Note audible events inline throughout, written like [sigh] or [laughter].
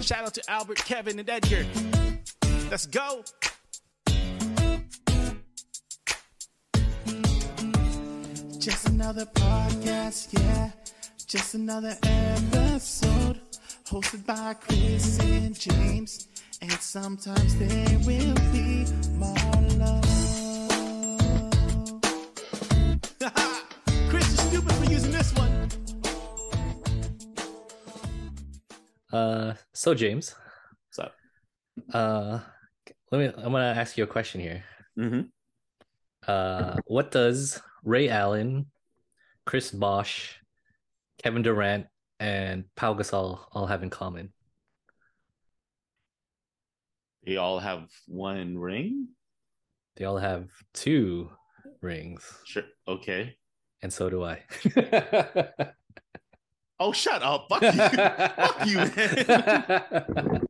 Shout out to Albert, Kevin, and Edgar. Let's go. Just another podcast, yeah. Just another episode. Hosted by Chris and James. And sometimes there will be Marlo. [laughs] Chris is stupid for using this one. Uh, so James, What's up? uh, let me. I'm gonna ask you a question here. Mhm. [laughs] Uh, what does Ray Allen, Chris Bosch, Kevin Durant, and Pau Gasol all have in common? They all have one ring? They all have two rings, Sure. Okay. and so do I. [laughs] Oh, shut up. Fuck [laughs] you. Fuck you,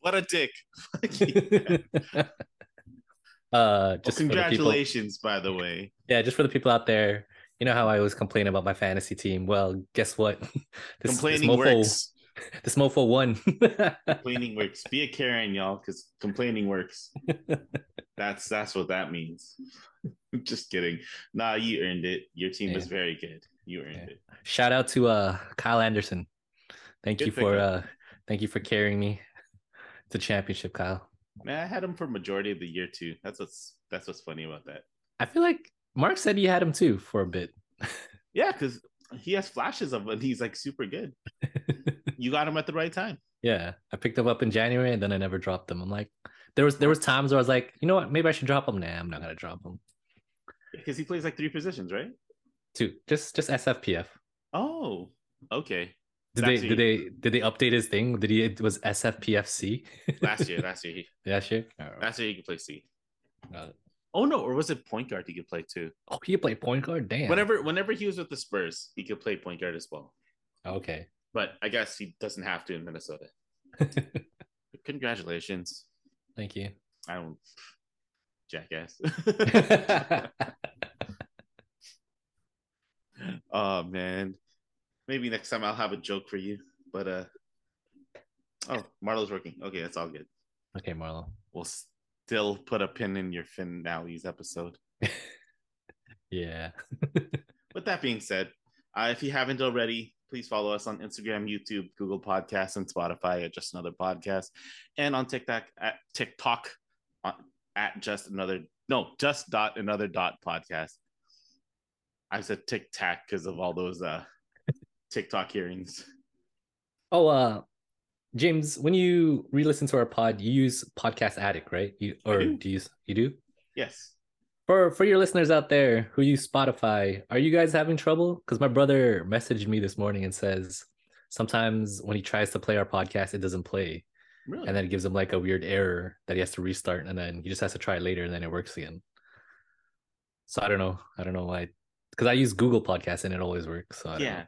what a dick. Fuck [laughs] you. [laughs] uh, Well, just for the people- congratulations, by the way. Yeah, just for the people out there, you know how I always complain about my fantasy team. Well, guess what? [laughs] This, complaining this mofo, [laughs] works. This mofo won. [laughs] complaining works. Be a Karen, y'all, because complaining works. that's that's what that means. [laughs] Just kidding. Nah, you earned it. Your team was Yeah. very good. You earned Yeah. it. Shout out to uh, Kyle Anderson. Thank Good you for uh, pickup. thank you for carrying me to championship, Kyle. Man, I had him for majority of the year too. That's what's that's what's funny about that. I feel like Mark said he had him too for a bit. Yeah, because he has flashes of and he's like super good. [laughs] you got him at the right time. Yeah, I picked him up in January and then I never dropped him. I'm like, there was there was times where I was like, you know what, maybe I should drop him. Nah, I'm not gonna drop him. Because he plays like three positions, right? Two, just just SFPF. Oh, okay. Did That's they did they did they update his thing? Did he it was [laughs] SFPFC Last year, last [laughs] year he Yeah, sure. last year he could play C. Got it. Oh no, or was it point guard he could play too? Oh, he played point guard. Damn. Whenever whenever he was with the Spurs, he could play point guard as well. Okay. But I guess he doesn't have to [laughs] in Minnesota. Congratulations. Thank you. I don't [laughs] jackass. oh man. Maybe next time I'll have a joke for you. But uh oh Marlo's working. Okay, that's all good. okay, Marlo. We'll still put a pin in your finale's episode. Yeah. With that being said, uh, if you haven't already, please follow us on Instagram, YouTube, Google Podcasts, and Spotify at Just Another Podcast, and on TikTok at TikTok on, at Just Another No Just Dot Another Dot Podcast. I said Tic Tac because of all those uh, [laughs] TikTok hearings. Oh, uh, James, when you re-listen to our pod, you use Podcast Addict, right? You or do. do. you use you do? Yes, For for your listeners out there who use Spotify, are you guys having trouble? Because my brother messaged me this morning and says sometimes when he tries to play our podcast, it doesn't play, really. and then it gives him like a weird error that he has to restart, and then he just has to try it later, and then it works again. So I don't know. I don't know why. Because I use Google Podcasts and it always works. So I don't yeah.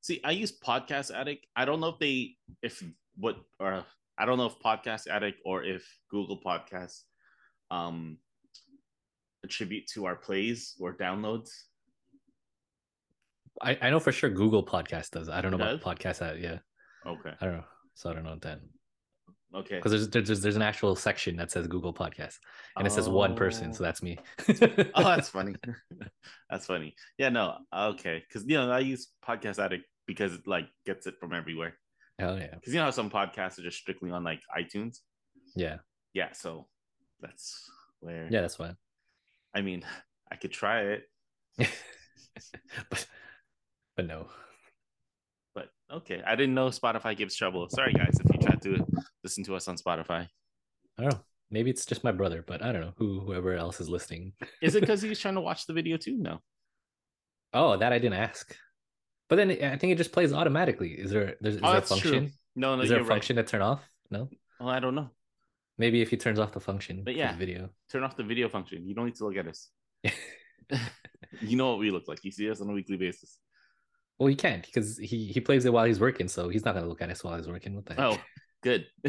See, I use Podcast Addict. I don't know if they if what or I don't know if Podcast Addict or if Google Podcasts um attribute to our plays or downloads. I, I know for sure Google Podcast does. I don't know It about podcast ad. Yeah, Okay. I don't know. So I don't know then Okay. because there's, there's there's an actual section that says Google Podcast and it says one person, so Oh. that's me. [laughs] Oh, that's funny. [laughs] that's funny. Yeah, no. Okay. Cuz you know, I use Podcast Addict because it like gets it from everywhere. [laughs] Hell yeah, Cuz you know how some podcasts are just strictly on like iTunes? yeah, Yeah, so that's where yeah. That's fine. [laughs] I mean, [laughs] I could try it. but but no, But okay, I didn't know Spotify gives trouble. Sorry, guys, if you tried to listen to us on Spotify. I don't know. Maybe it's just my brother, but I don't know who whoever else is listening. Is it because he was trying to watch the video too? No. Oh, that I didn't ask. But then I think it just plays automatically. Is there there's, is Oh, there a that's true. function? No, no, is there you're a function to turn off? No. right. Well, I don't know. Maybe if he turns off the function But for yeah. the video. Turn off the video function. You don't need to look at [laughs] us. you know what we look like. You see us on a weekly basis. Well, he can't because he he plays it while he's working, so he's not gonna look at us while he's working. What the heck? Oh, good. [laughs]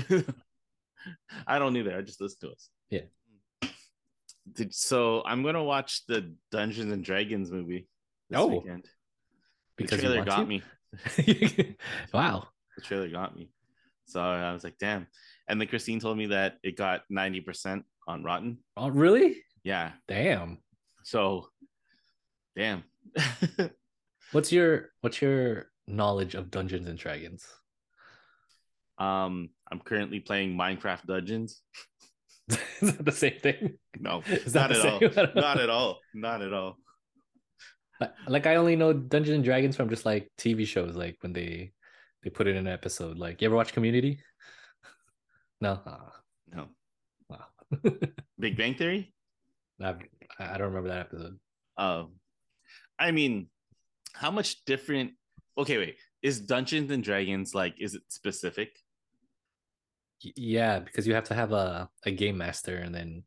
I don't either. I just listen to us. Yeah. Did, so I'm gonna watch the Dungeons and Dragons movie this Oh, weekend. The because you trailer want got to? me. [laughs] wow, The trailer got me. So I was like, damn. And then Christine told me that it got 90% on Rotten. Oh, really? Yeah. Damn. So damn. [laughs] What's your what's your knowledge of Dungeons and Dragons? [laughs] um, I'm currently playing Minecraft Dungeons. Is that the same thing? No, Is not that at all. the same? [laughs] Not at all. Not at all. Like- like I only know Dungeons and Dragons from just like TV shows, like when they they put it in an episode. Like you ever watch Community? [laughs] No, Ah, No. Wow. Big Bang Theory? I, I don't remember that episode. Um, I mean, how much different? Okay, wait. Is Dungeons and Dragons like? Is it specific? Y- Yeah, because you have to have a a game master, and then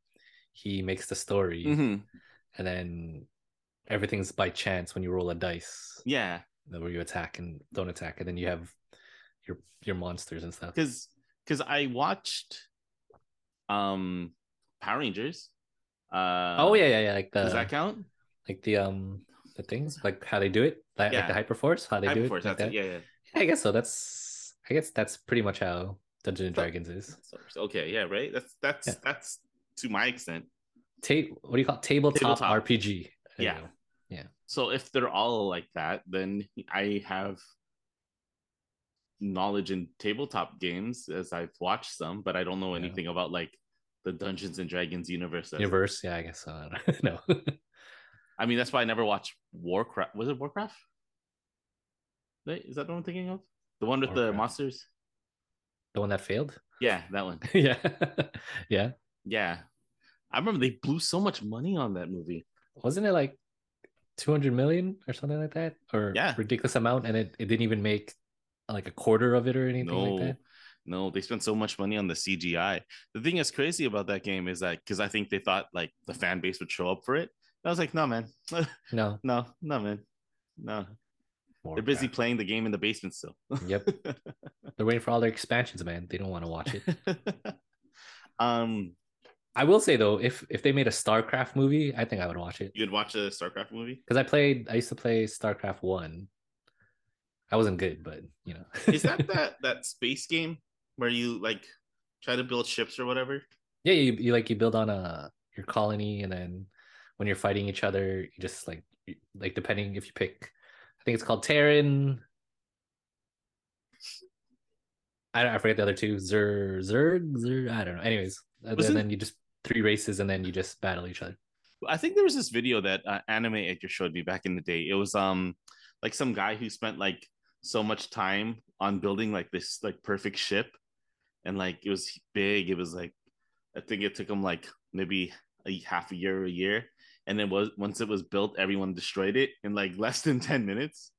he makes the story, Mm-hmm. and then everything's by chance when you roll a dice, Yeah, where you attack and don't attack, and then you have your your monsters and stuff. because because I watched, um, Power Rangers. Uh, oh yeah, yeah, yeah. Like the Does that count? like the um the things like how they do it, like, Yeah. like the hyperforce, how they do it. Hyperforce, like that's it. that. Yeah, yeah. I guess so. That's I guess that's pretty much how Dungeons and So- Dragons is. So- so- okay, yeah, right. That's that's Yeah. that's to my extent. Ta- what do you call it? tabletop, Tabletop. RPG? There you Yeah. go. So if they're all like that, then I have knowledge in tabletop games as I've watched some, but I don't know Yeah. anything about like the Dungeons and Dragons universe. as- Universe. Yeah, I guess so. I don't [laughs] know. I mean, that's why I never watched Warcraft. Was it Warcraft? Wait, Is that the one I'm thinking of? The one with the Warcraft. monsters? the one that failed. [laughs] Yeah, that one. yeah, yeah. Yeah. I remember they blew so much money on that movie. Wasn't it like two hundred million or something like that, or Yeah. ridiculous amount? And it, it didn't even make like a quarter of it or anything no, like that. no, they spent so much money on the CGI. The thing that's crazy about that game is that because I think they thought like the fan base would show up for it. I was like, no, man, No, no, no, man, no. They're busy Warcraft. playing the game in the basement still. [laughs] Yep, they're waiting for all their expansions, man. They don't want to watch it. um, I will say though, if if they made a StarCraft movie, I think I would watch it. you'd watch a StarCraft movie? because I played. I used to play StarCraft One. I wasn't good, but you know. Is that that that space game where you like try to build ships or whatever? [laughs] yeah, you, you like you build on a your colony, and then when you're fighting each other, you just like you- like depending if you pick, I think it's called Terran. I don't. I forget the other two. Zer Zerg Zerg. I don't know. Anyways, and then, Wasn't- then you just three races, and then you just battle each other. I think there was this video that uh, anime actor showed me back in the day. It was um like some guy who spent like so much time on building like this like perfect ship, and like it was big. It was like I think it took him like maybe a half a year or a year, and then was once it was built, everyone destroyed it in like [laughs] less than ten minutes.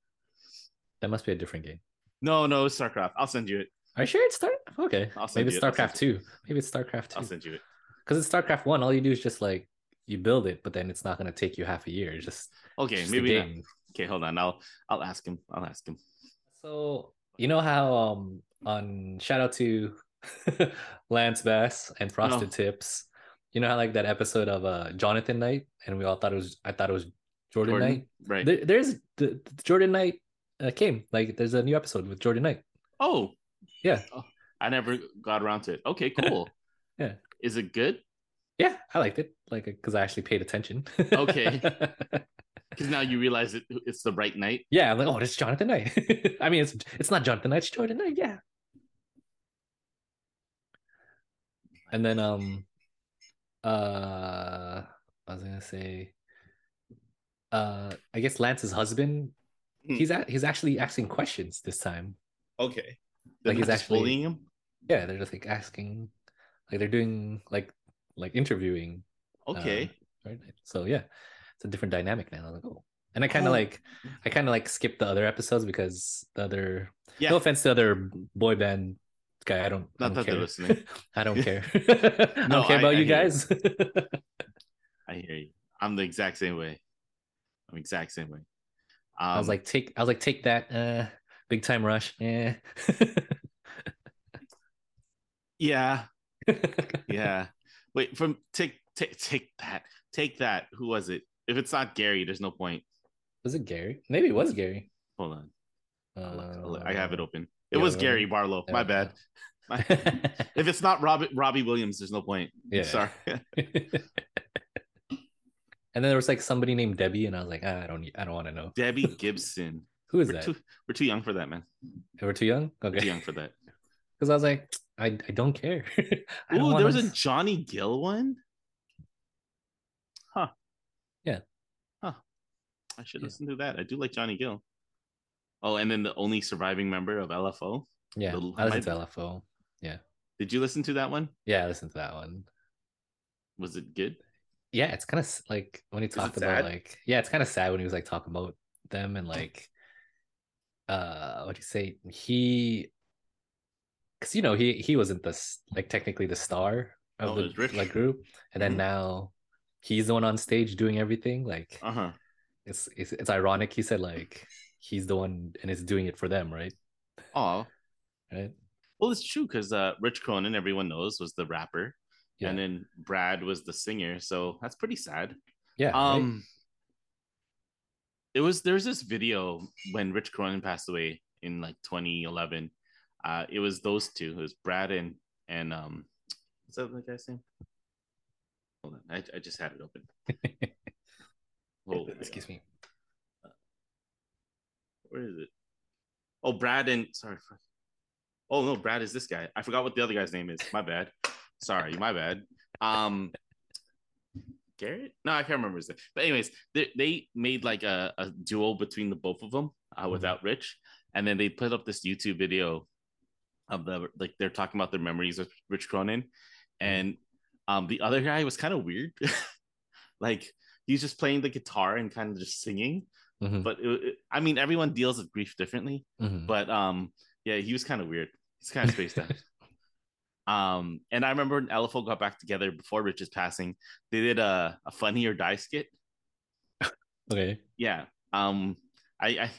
That must be a different game. No, no, it's StarCraft. I'll send you it. Are you sure it's Star? Okay, I'll send maybe it's you it. I'll send StarCraft Two. Maybe it's StarCraft Two. I'll send you it. Because in StarCraft One, all you do is just like you build it, but then it's not gonna take you half a year. It's just, Okay, just a maybe. Not. game. Okay, hold on. I'll I'll ask him. I'll ask him. So you know how um on shout out to [laughs] Lance Bass and Frosted No. Tips. You know how like that episode of uh Jonathan Knight, and we all thought it was I thought it was Jordan, Knight. right? There, there's the, the Jordan Knight uh, came like there's a new episode with Jordan Knight. Oh, Yeah. Oh, I never got around to it. Okay, cool. [laughs] Yeah. Is it good? Yeah, I liked it like because I actually paid attention. Okay. [laughs] Because now you realize it, it's the right night. Yeah, I'm like, oh, it's Jonathan Knight. [laughs] I mean, it's it's not Jonathan Knight, it's Jordan Knight. Yeah. And then um, uh, I was gonna say, uh, I guess Lance's husband, Hmm. he's at, he's actually asking questions this time. Okay. They're Like, not he's just actually- bullying him. Yeah, they're just like asking, like they're doing like like interviewing. uh, Okay. right. So yeah, it's a different dynamic now. I was like, oh. And I kind of Oh. like, I kind of like skipped the other episodes because the other yeah. No offense to other boy band guy. I don't. I don't Not that they're care. listening. [laughs] I don't care. I [laughs] No, don't care I- about you I hear you. guys. [laughs] I hear you. I'm the exact same way. I'm exact same way. Um, I was like, take. I was like, take that. Uh, big time rush. Eh. [laughs] Yeah. yeah, yeah. [laughs] Wait, from take take take that, take that. Who was it? If it's not Gary, there's no point. was it Gary? Um, Maybe it was Gary. Hold on. Look, I have it open. It was yeah. Gary Barlow. [laughs] My bad. My- if it's not Robbie Robbie Williams, there's no point. Yeah. [laughs] Sorry. and then there was like somebody named Debbie, and I was like, ah, I don't, I don't want to know Debbie [laughs] Gibson. who is We're that. too we're too young for that, man. We're too young. We're too [laughs] Okay, young for that. because I was like, I, I don't care. [laughs] I don't Ooh, there was wanna- a Johnny Gill one. Huh. Yeah. Huh. I should Yeah. listen to that. I do like Johnny Gill. Oh, and then the only surviving member of LFO. yeah. little- I listened my- to LFO. Did you listen to that one? Yeah, I listened to that one. Was it good? Yeah, it's kind of like when he it talked about sad? like, yeah, it's kind of sad when he was like talking about them and like, uh, what do you say? He, because you know he he wasn't this like technically the star No, of it was the Oh, Rich. like group, and then Mhm. now he's the one on stage doing everything. Like, Uh huh. it's it's, it's ironic he said like he's the one and is doing it for them right Oh, right well, it's true because uh, Rich Cronin, everyone knows, was the rapper, Yeah. and then Brad was the singer. So that's pretty sad. yeah right? Um, it was there's this video when Rich Cronin passed away in like 2011. Uh, it was those two. It was Brad and and um, what's that other guy's name? Hold on, I, I just had it open. [laughs] oh, excuse me Where is it? Oh, Brad and sorry. fuck. Oh no, Brad is this guy. I forgot what the other guy's name is. My bad. Sorry, my bad. Um, Garrett? No, I can't remember his name. But anyways, they, they made like a, a duo between the both of them uh, without Rich, and then they put up this YouTube video of the like they're talking about their memories with Rich Cronin, and um, the other guy was kind of weird. [laughs] like he's just playing the guitar and kind of just singing Mhm, but it, it- I mean, everyone deals with grief differently. mhm. But um, yeah, he was kind of weird. He's kind of spaced out. Um, and I remember when LFO got back together before Rich's passing, they did a, a funny or die skit. okay Yeah. Um, I, I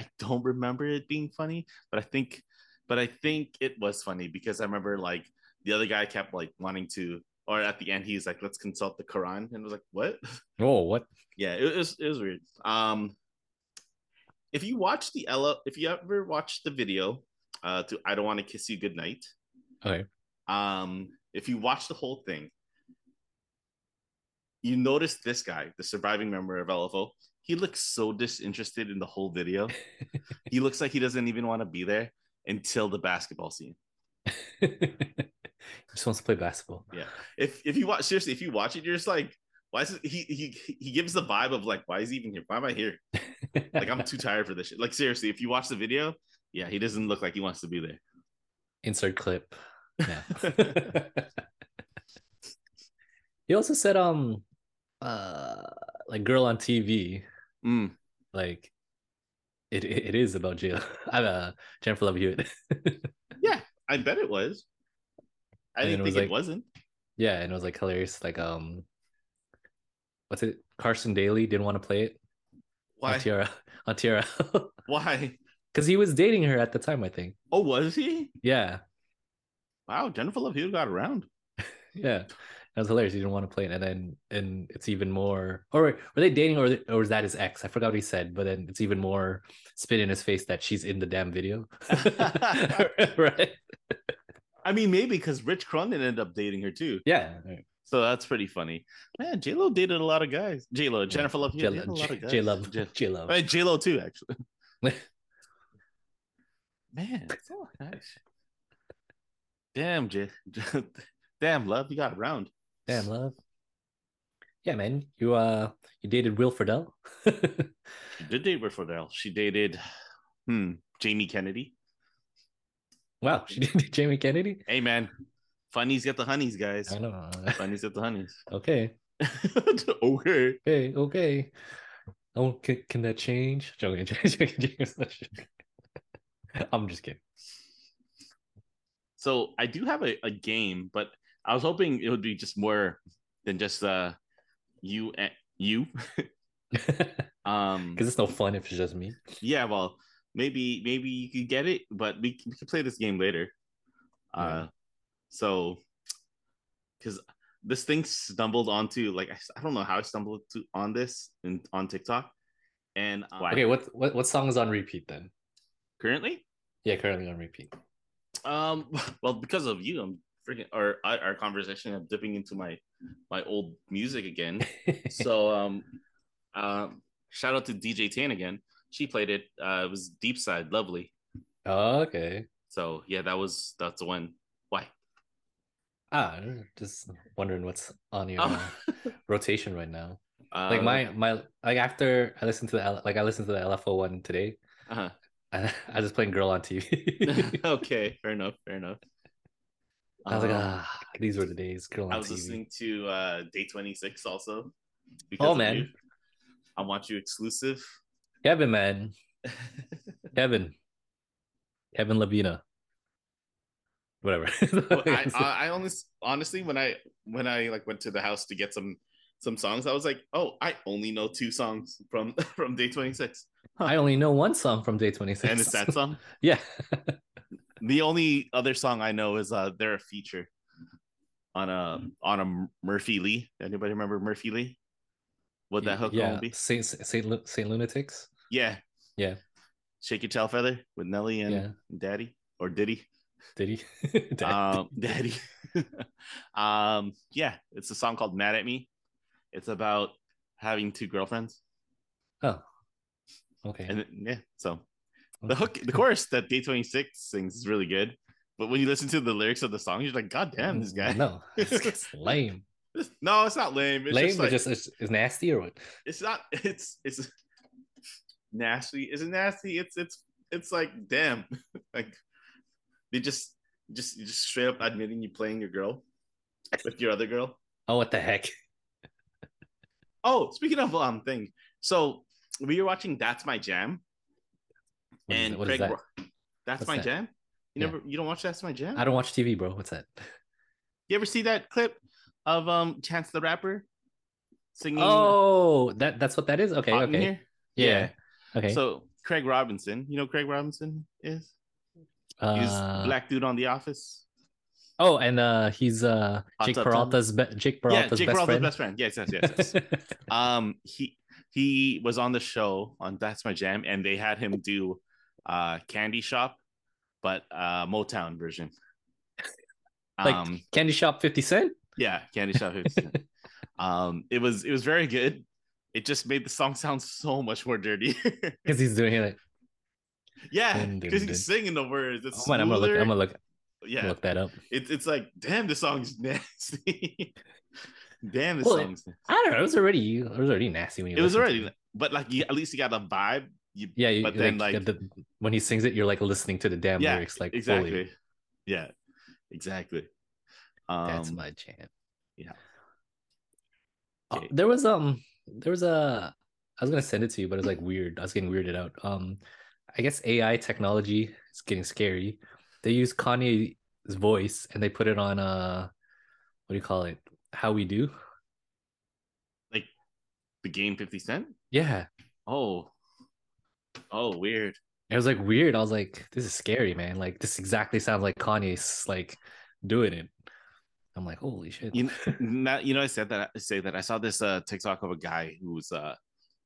I don't remember it being funny, but I think, but I think it was funny because I remember like the other guy kept like wanting to, or at the end he's like, let's consult the Quran, and I was like, what? oh what [laughs] yeah it was it was weird um if you watch the ella if you ever watch the video uh to i don't want to kiss you goodnight Okay. um if you watch the whole thing you notice this guy the surviving member of lfo he looks so disinterested in the whole video he looks like he doesn't even want to be there until the basketball scene He just wants to play basketball if if you watch seriously if you watch it you're just like why is it, he, he he gives the vibe of like why is he even here why am i here like I'm too tired for this shit. Like seriously, if you watch the video, yeah, he doesn't look like he wants to be there. [laughs] insert clip now. [laughs] [laughs] he also said um uh like girl on tv Mm. like it it, it is about [laughs] jail i'm uh jennifer love hewitt [laughs] I bet it was. I And didn't it was think like- it wasn't. Yeah, and it was like hilarious. Like, um, what's it? Carson Daly didn't want to play it Why? on TRL [laughs] on [laughs] TRL Why? because he was dating her at the time, I think. Oh, was he? Yeah, Wow, Jennifer Love Hewitt got around. yeah, that was hilarious. He didn't want to play it, and then and it's even more. Or wait, were they dating, or or was that his ex? I forgot what he said, but then it's even more spit in his face that she's in the damn video, [laughs] [laughs] right? I mean, maybe because Rich Cronin ended up dating her too. Yeah, So that's pretty funny. Man, J Lo dated a lot of guys. J Lo, Jennifer Love J Hewitt. dated a lot of guys. Love, J- J Love. I mean, J Lo too, actually. Man, it's all nice. Damn, J. [laughs] Damn, love, you got around. [laughs] Damn love. Yeah, man, you uh, you dated Will Friedle. [laughs] She did date Rick Fordell. She dated hmm, Jamie Kennedy. Wow, she did Jamie Kennedy. Hey man, funnies get the honeys, guys. I [laughs] know. Funnies get the honeys. [laughs] okay, okay. okay, okay. Oh, can, can that change? Joking, [laughs] joking, joking. I'm just kidding. So I do have a, a game, but I was hoping it would be just more than just uh you and you. [laughs] Because [laughs] Um it's no fun if it's just me. yeah, well, maybe maybe you could get it, but we, c- we can play this game later. Uh Alright. so because this thing stumbled onto like I, s- I don't know how I stumbled to on this and on TikTok. And um, Okay, what, what what song is on repeat then? currently? Yeah, currently on repeat. [laughs] Um, [laughs] well, because of you, I'm freaking or I- our conversation. I'm dipping into my my old [laughs] music again. so, um, um, shout out to DJ Tan again. She played it. Uh, it was Deep Side, lovely. okay. So yeah, that was that's the one. Why? Ah, just wondering what's on your Oh. uh, rotation right now. Like Uh, my my like after I listened to the L- like I listened to the LFO one today. [laughs] uh-huh. [laughs] I, I was playing Girl on TV. okay, fair enough, fair enough. [laughs] I was like, Um, ah, these were the days. Girl on I was TV. listening to uh Day 26 also. Oh, of man. you. I want you exclusive. [laughs] Kevin, man, Kevin, Kevin Labina, whatever. [laughs] Well, I, uh, I, I honest, honestly when I when I like went to the house to get some some songs, I was like, oh, I only know two songs from [laughs] from Day [laughs] 26, I only know one song from Day Twenty Six. and it's that song. [laughs] yeah. The only other song I know is uh they're a feature on a on a Murphy Lee. Anybody remember Murphy Lee? What that hook yeah. gonna be? Saint Saint, Lu- Saint Lunatics. Yeah. Yeah. Shake your tail feather with Nelly and Yeah. Daddy or Diddy. Did he? [laughs] Did- um [laughs] daddy um yeah it's a song called mad at me it's about having two girlfriends okay. and it- yeah so the okay. hook [laughs] the chorus that day 26 sings is really good but when you listen to the lyrics of the song you're like god damn this guy [laughs] No, [laughs] it's, it's lame. no it's not lame Mm-hmm. it's lame, just but like just it's, it's nasty or what? it's not it's it's [laughs] nasty is it nasty it's it's it's like damn [laughs] like they just just just straight up admitting you playing your girl with your other girl Oh, what the heck? [laughs] Oh, speaking of um thing, so we were watching That's My Jam, What is and that? What is Craig that? Ro- That's What's My that? Jam. You Yeah. never, you don't watch That's My Jam. I don't watch TV, bro. What's that? You ever see that clip of um Chance the Rapper singing Oh, that that's what that is. Okay, Mm. "Hot in okay, Here"? yeah. Yeah. okay. So Craig Robinson, you know who Craig Robinson is he's uh, black dude on The Office. Oh, and uh, he's uh Hot Jake Tub Time. Peralta's be- Jake Yeah, Peralta's Jake best Peralta's friend. best friend. Yes, yes, yes. yes. um he he was on the show on that's my jam and they had him do uh candy shop but uh motown version [laughs] Like- um [laughs] Candy Shop Fifty Cent. yeah candy [laughs] shop 50. um it was it was very good it just made the song sound so much more dirty [laughs] Because he's doing it. Like, yeah Dun, dun, because dun. he's singing the words it's oh man, I'm gonna look. smoother. I'm gonna look. yeah look that up. it, it's like damn the song's [laughs] nasty damn the Well, it- song's nasty. I don't know. It was already. It was already nasty when you. it was listen to already but like you, at least you got a vibe you Yeah, you, but you, then, like- the, when he sings it, you're like listening to the damn Yeah, lyrics, like exactly fully. yeah exactly um That's my jam. yeah. Oh, Okay. there was um there was a I was gonna send it to you, but it's like weird. I was getting weirded out. Um I guess AI technology is getting scary. They use Kanye's voice and they put it on uh what do you call it? How we do? the game 50 cent Yeah. oh oh weird It was like weird. I was like, this is scary, man. Like this exactly sounds like Kanye's like doing it. I'm like, holy shit. you, [laughs] now, you know i said that i say that i saw this uh tiktok of a guy who's uh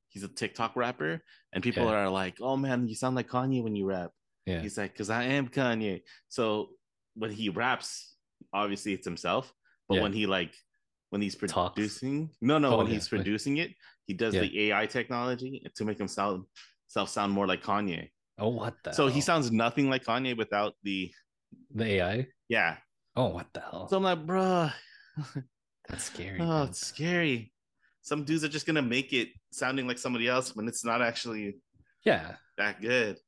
he's a tiktok rapper and people Yeah. are like oh man you sound like kanye when you rap Yeah. he's like because i am kanye so when he raps obviously it's himself but Yeah. when he like when he's Talks. producing no no Oh, when yeah, he's like- producing it he does Yeah. the ai technology to make himself self sound more like kanye oh what the so he hell? sounds nothing like kanye without the the AI? yeah Oh what the hell? so i'm like bruh That's scary. oh man. it's scary some dudes are just gonna make it sounding like somebody else when it's not actually Yeah. that good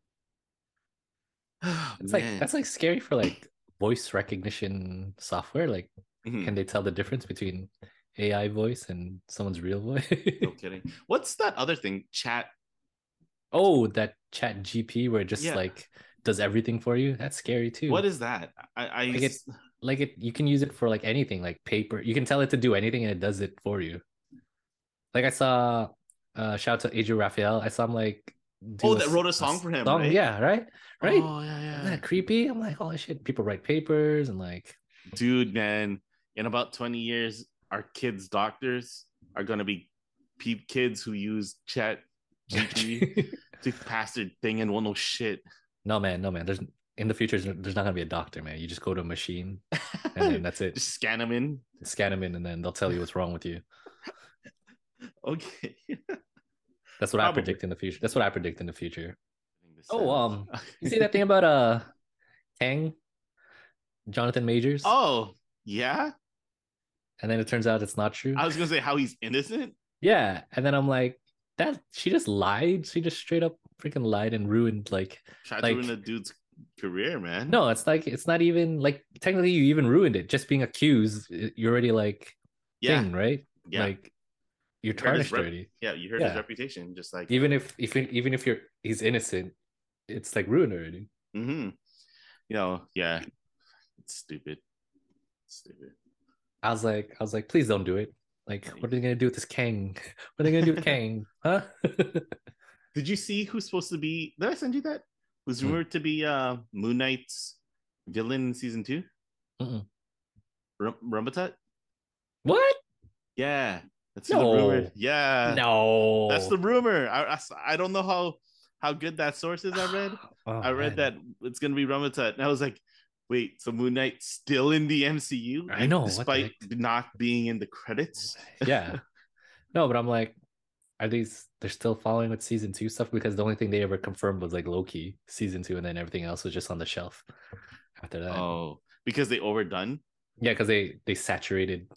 [sighs] It's Man. like that's like scary for like voice recognition software. Like, Mhm. can they tell the difference between AI voice and someone's real voice? no kidding what's that other thing chat [laughs] oh, that Chat GP where it just Yeah. like does everything for you. That's scary too. What is that? I, I Like it- like it? You can use it for like anything, like paper. You can tell it to do anything, and it does it for you. Like I saw, uh, shout out to Adrian Raphael. I saw him like. do Oh, that s- wrote a song for him, right? Yeah, right, right. Oh yeah, Isn't yeah. that creepy? I'm like, holy shit! People write papers and [laughs] like, Dude, man, in about 20 years, our [laughs] kids' doctors are gonna be peep kids who use chat GP Dude, bastard thing and won't know shit. No, man, no, man. There's in the future, there's there's not gonna be a doctor, man. You just go to a machine and then that's it. [laughs] Just scan him in. Scan them in, and then they'll tell you what's wrong with you. Okay. That's what Probably. I predict in the future. That's what I predict in the future. Oh, um, You see that? that thing about uh, Tang, Jonathan Majors, [laughs] Oh, yeah. and then it turns out it's not true. I was gonna say how he's innocent. Yeah, and then I'm like, that she just lied. She just straight up freaking lied and ruined like Tried Like- to ruin a dude's career, man. No, it's like it's not even like technically you even ruined it. Just being accused, i- you're already like Yeah. thing, right? Yeah. Like you're You heard his tarnished rep- already. yeah. You heard Yeah. his reputation, just like. Even if if even if you're he's innocent, it's like ruined already. hmm You know, yeah. It's stupid. Stupid. I was like, I was like, please don't do it. Like, what are they gonna do with this Kang? [laughs] What are they gonna do with Kang? Huh? [laughs] Did you see who's supposed to be? Did I send you that? Who's Hmm. rumored to be uh, Moon Knight's villain in season two? Mm-mm. Rum- Rumbatut? what? Yeah, that's the rumor. No. Yeah, no, Uh, that's the rumor. I, I s- I don't know how how good that source is. I read. [sighs] Oh, I read man. that it's gonna be Rumbatut, and I was like, wait, so Moon Knight still in the MCU? I know, what the despite not being in the credits. [laughs] yeah. No, but I'm like, are these they're still following with season two stuff? Because the only thing they ever confirmed was like Loki season two, and then everything else was just on the shelf after that. Oh, because they overdone. Yeah, because they they saturated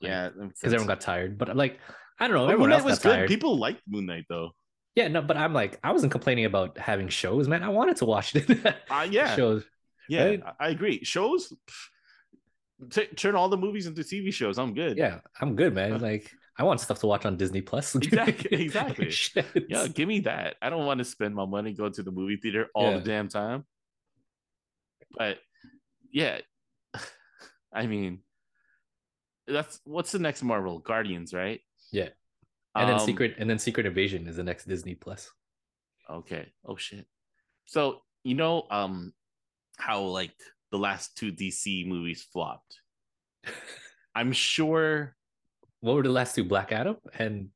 Like, Yeah, because because everyone got tired. But like, I don't know, Moon everyone Knight else was was good. tired. People liked Moon Knight though. Yeah, no, but I'm like, I wasn't complaining about having shows, man. I wanted to watch [laughs] the Uh, yeah, shows. yeah, right? I- I agree. Shows. pff, t- turn all the movies into TV shows. I'm good. Yeah, I'm good, man. Like, I want stuff to watch on Disney Plus. Uh. [laughs] Exactly, exactly. Shit. Yeah, give me that. I don't want to spend my money going to the movie theater all Yeah. the damn time. But yeah, [sighs] I mean, that's what's the next Marvel Guardians, right? Yeah. And then Um, Secret and then Secret Invasion is the next Disney Plus. Okay. Oh shit. So you know, um, how like the last two DC movies [laughs] flopped. I'm sure what were the last two black adam and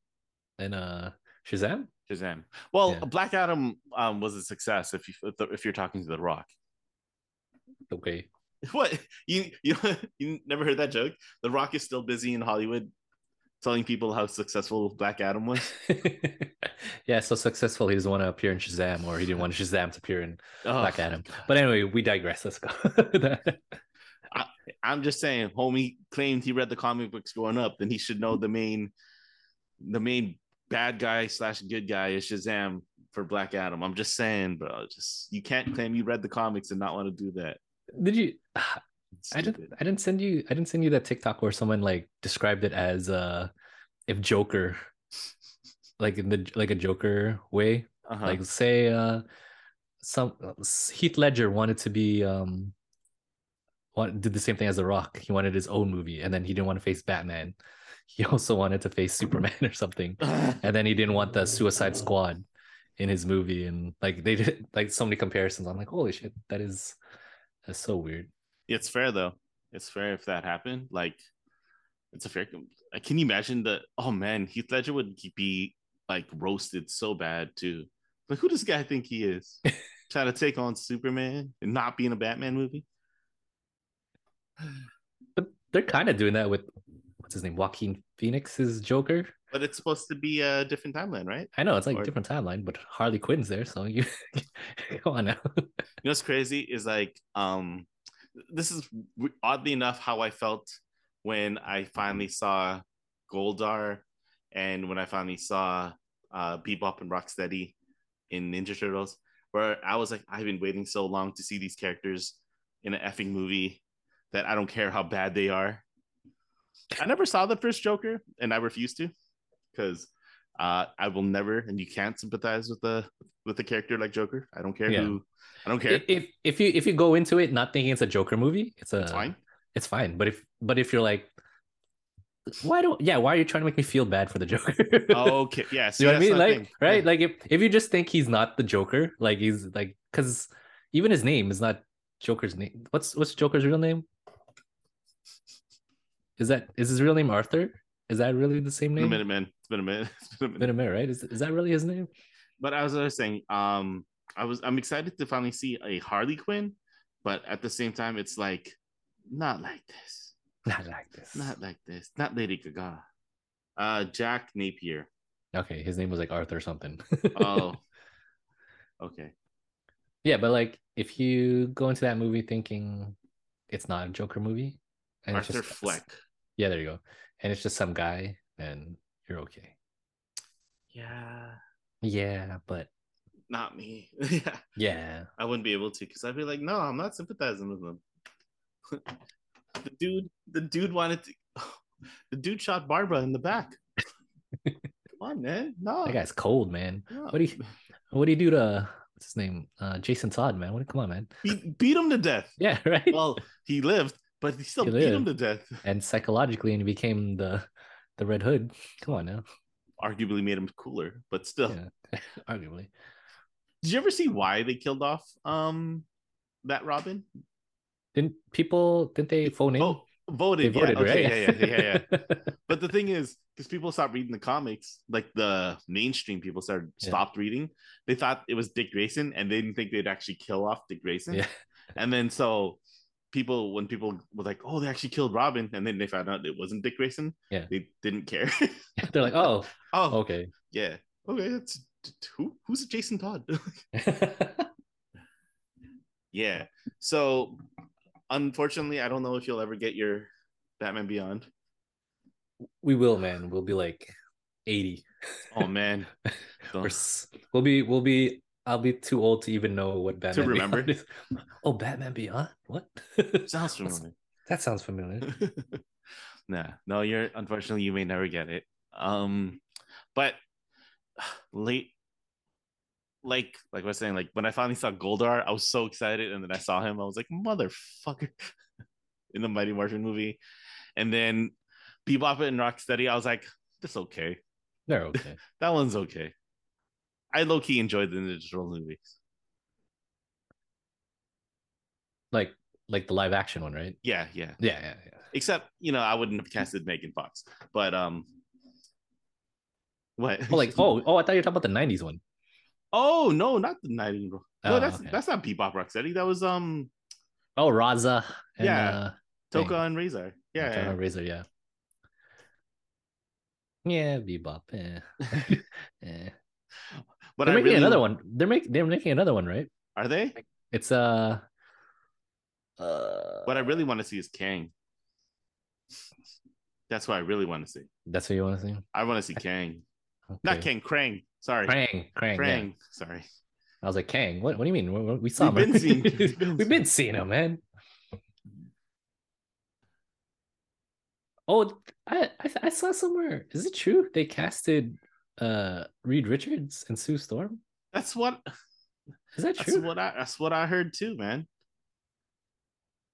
and uh shazam Shazam. Well, Yeah. Black Adam um, was a success if you if, the, if you're talking to The Rock. [laughs] okay [laughs] What you you [laughs] you never heard that joke? The Rock is still busy in Hollywood telling people how successful Black Adam was. yeah so successful he doesn't want to appear in shazam or he didn't want shazam to appear in [laughs] Oh, black adam but anyway we digress let's go [laughs] I'm just saying, homie claimed he read the comic books growing up, then he should know the main the main bad guy slash good guy is Shazam for Black Adam. I'm just saying, bro. Just you can't claim you read the comics and not want to do that. did you [sighs] i didn't Stupid. i didn't send you i didn't send you that tiktok where someone like described it as uh if joker like in the like a joker way Uh-huh. like say uh some uh, heath ledger wanted to be um want, did the same thing as the rock he wanted his own movie and then he didn't want to face batman [laughs] he also wanted to face superman [laughs] or something [laughs] and then he didn't want the suicide squad in his movie and like they did [laughs] like so many comparisons i'm like holy shit that is that's so weird It's fair though. It's fair if that happened. Like, it's a fair. I Can you imagine the? Oh man, Heath Ledger would be like roasted so bad too. Like, who does this guy think he is? Trying to take on Superman and not be in a Batman movie. but they're kind of doing that with what's his name joaquin phoenix's joker But it's supposed to be a different timeline, right? i know it's like Or- different timeline but harley quinn's there so you [laughs] come on now You know what's crazy is like, um, this is w- oddly enough how I felt when I finally saw Goldar, and when I finally saw uh, Bebop and Rocksteady in Ninja Turtles, where I was like, I've been waiting so long to see these characters in an effing movie that I don't care how bad they are. I never saw the first Joker, and I refuse to, because uh, I will never, and you can't sympathize with the with the character like Joker. I don't care Yeah. who. I don't care. I- If if you if you go into it not thinking it's a Joker movie, it's a [laughs] it's fine. It's fine. But if but if you're like, why don't yeah? Why are you trying to make me feel bad for the [laughs] Joker? okay. Yeah. [laughs] see, you know what I that's mean? the Like thing. right? Yeah. Like if if you just think he's not the Joker, like he's like because even his name is not Joker's name. What's what's Joker's real name? Is that is his real name Arthur? Is that really the same It's been a name? minute, [laughs] man. It's been a minute. It's been a minute. Been a minute, right? Is is that really his name? [laughs] but as I was saying, um, I was I'm excited to finally see a Harley Quinn, but at the same time, it's like not like this, Not like this. not like this, not Lady Gaga. Uh, Jack Napier. Okay, his name was like Arthur something. [laughs] Oh, okay. Yeah, but like if you go into that movie thinking it's not a Joker movie, and it's Arthur just Fleck. Yeah, there you go. And it's just some guy, then you're okay. Yeah, Yeah, but not me. [laughs] yeah, yeah, I wouldn't be able to because I'd be like, no, I'm not sympathizing with them. [laughs] the dude, the dude wanted to. [sighs] the dude shot Barbara in [laughs] the back. Come on, man. No. that guy's cold, man. no. What do you what do you do to what's his name? Uh Jason Todd, man. What come on, man. [laughs] beat, [laughs] beat him to death. Yeah, right. Well, he lived, but he still He beat him to death. and psychologically and he became the the Red Hood. Come on now. [laughs] Arguably made him cooler, but still. Yeah. Arguably. Did you ever see why they killed off um that Robin? Didn't people didn't they phone in? Oh, they voted. voted, yeah. Okay, right? yeah, yeah, yeah, yeah. but the thing is, because people stopped reading the comics, like the mainstream people started Yeah. stopped reading. They thought it was Dick Grayson, and they didn't think they'd actually kill off Dick [laughs] Grayson. Yeah. And then so people, when people were like, "Oh, they actually killed Robin," and then they found out it wasn't Dick Grayson. Yeah. They didn't care. [laughs] They're like, oh, oh, okay. [laughs] Yeah. Okay. That's t- t- who? Who's Jason Todd? [laughs] yeah. So, unfortunately, I don't know if you'll ever get your Batman Beyond. we will, man. We'll be like 80. Oh [laughs] man. Or Don't- s- we'll be we'll be I'll be too old to even know what Batman Beyond remember? is. Oh, Batman Beyond? What? [laughs] sounds familiar. that sounds familiar. [laughs] nah. No, you're unfortunately you may never get it. Um, but [sighs] late. Like, like I was saying, like when I finally saw Goldar, I was so excited, and then I saw him, I was like, "Motherfucker!" [laughs] in the Mighty Martian movie, and then Bebop and Rocksteady, I was like, "This okay." They're okay. That one's okay. I low key enjoyed the Ninja Turtles movies. Like like the live action one, right? Yeah, yeah. Yeah, yeah, yeah. [laughs] Except, you know, I wouldn't have casted Megan Fox. But um what? Oh, like oh oh, I thought you were talking about the '90s one. oh no, not the Nightingale. No, Oh, that's okay. that's not Bebop Rocksteady. That was um Oh, Raza. And, Yeah. Uh, Toka Dang. and Razor. Yeah. Jonah Razor. Yeah. Yeah, Bebop. [laughs] Yeah. yeah. But They're I making really, another one. They're making they're making another one, right? Are they? It's uh. Uh, What I really want to see is Kang. That's what I really want to see. that's what you want to see. I want to see Kang. Okay. Not Kang, Krang. Sorry. Krang. Krang, Krang, Yeah. Sorry. I was like, Kang, what, what do you mean? We, we saw We've him. [laughs] been seeing- already." we've been We've been seeing him, man. Oh, I, I I saw somewhere. Is it true they casted uh Reed Richards and Sue Storm? That's what Is that That's true? what I that's what I heard too, man.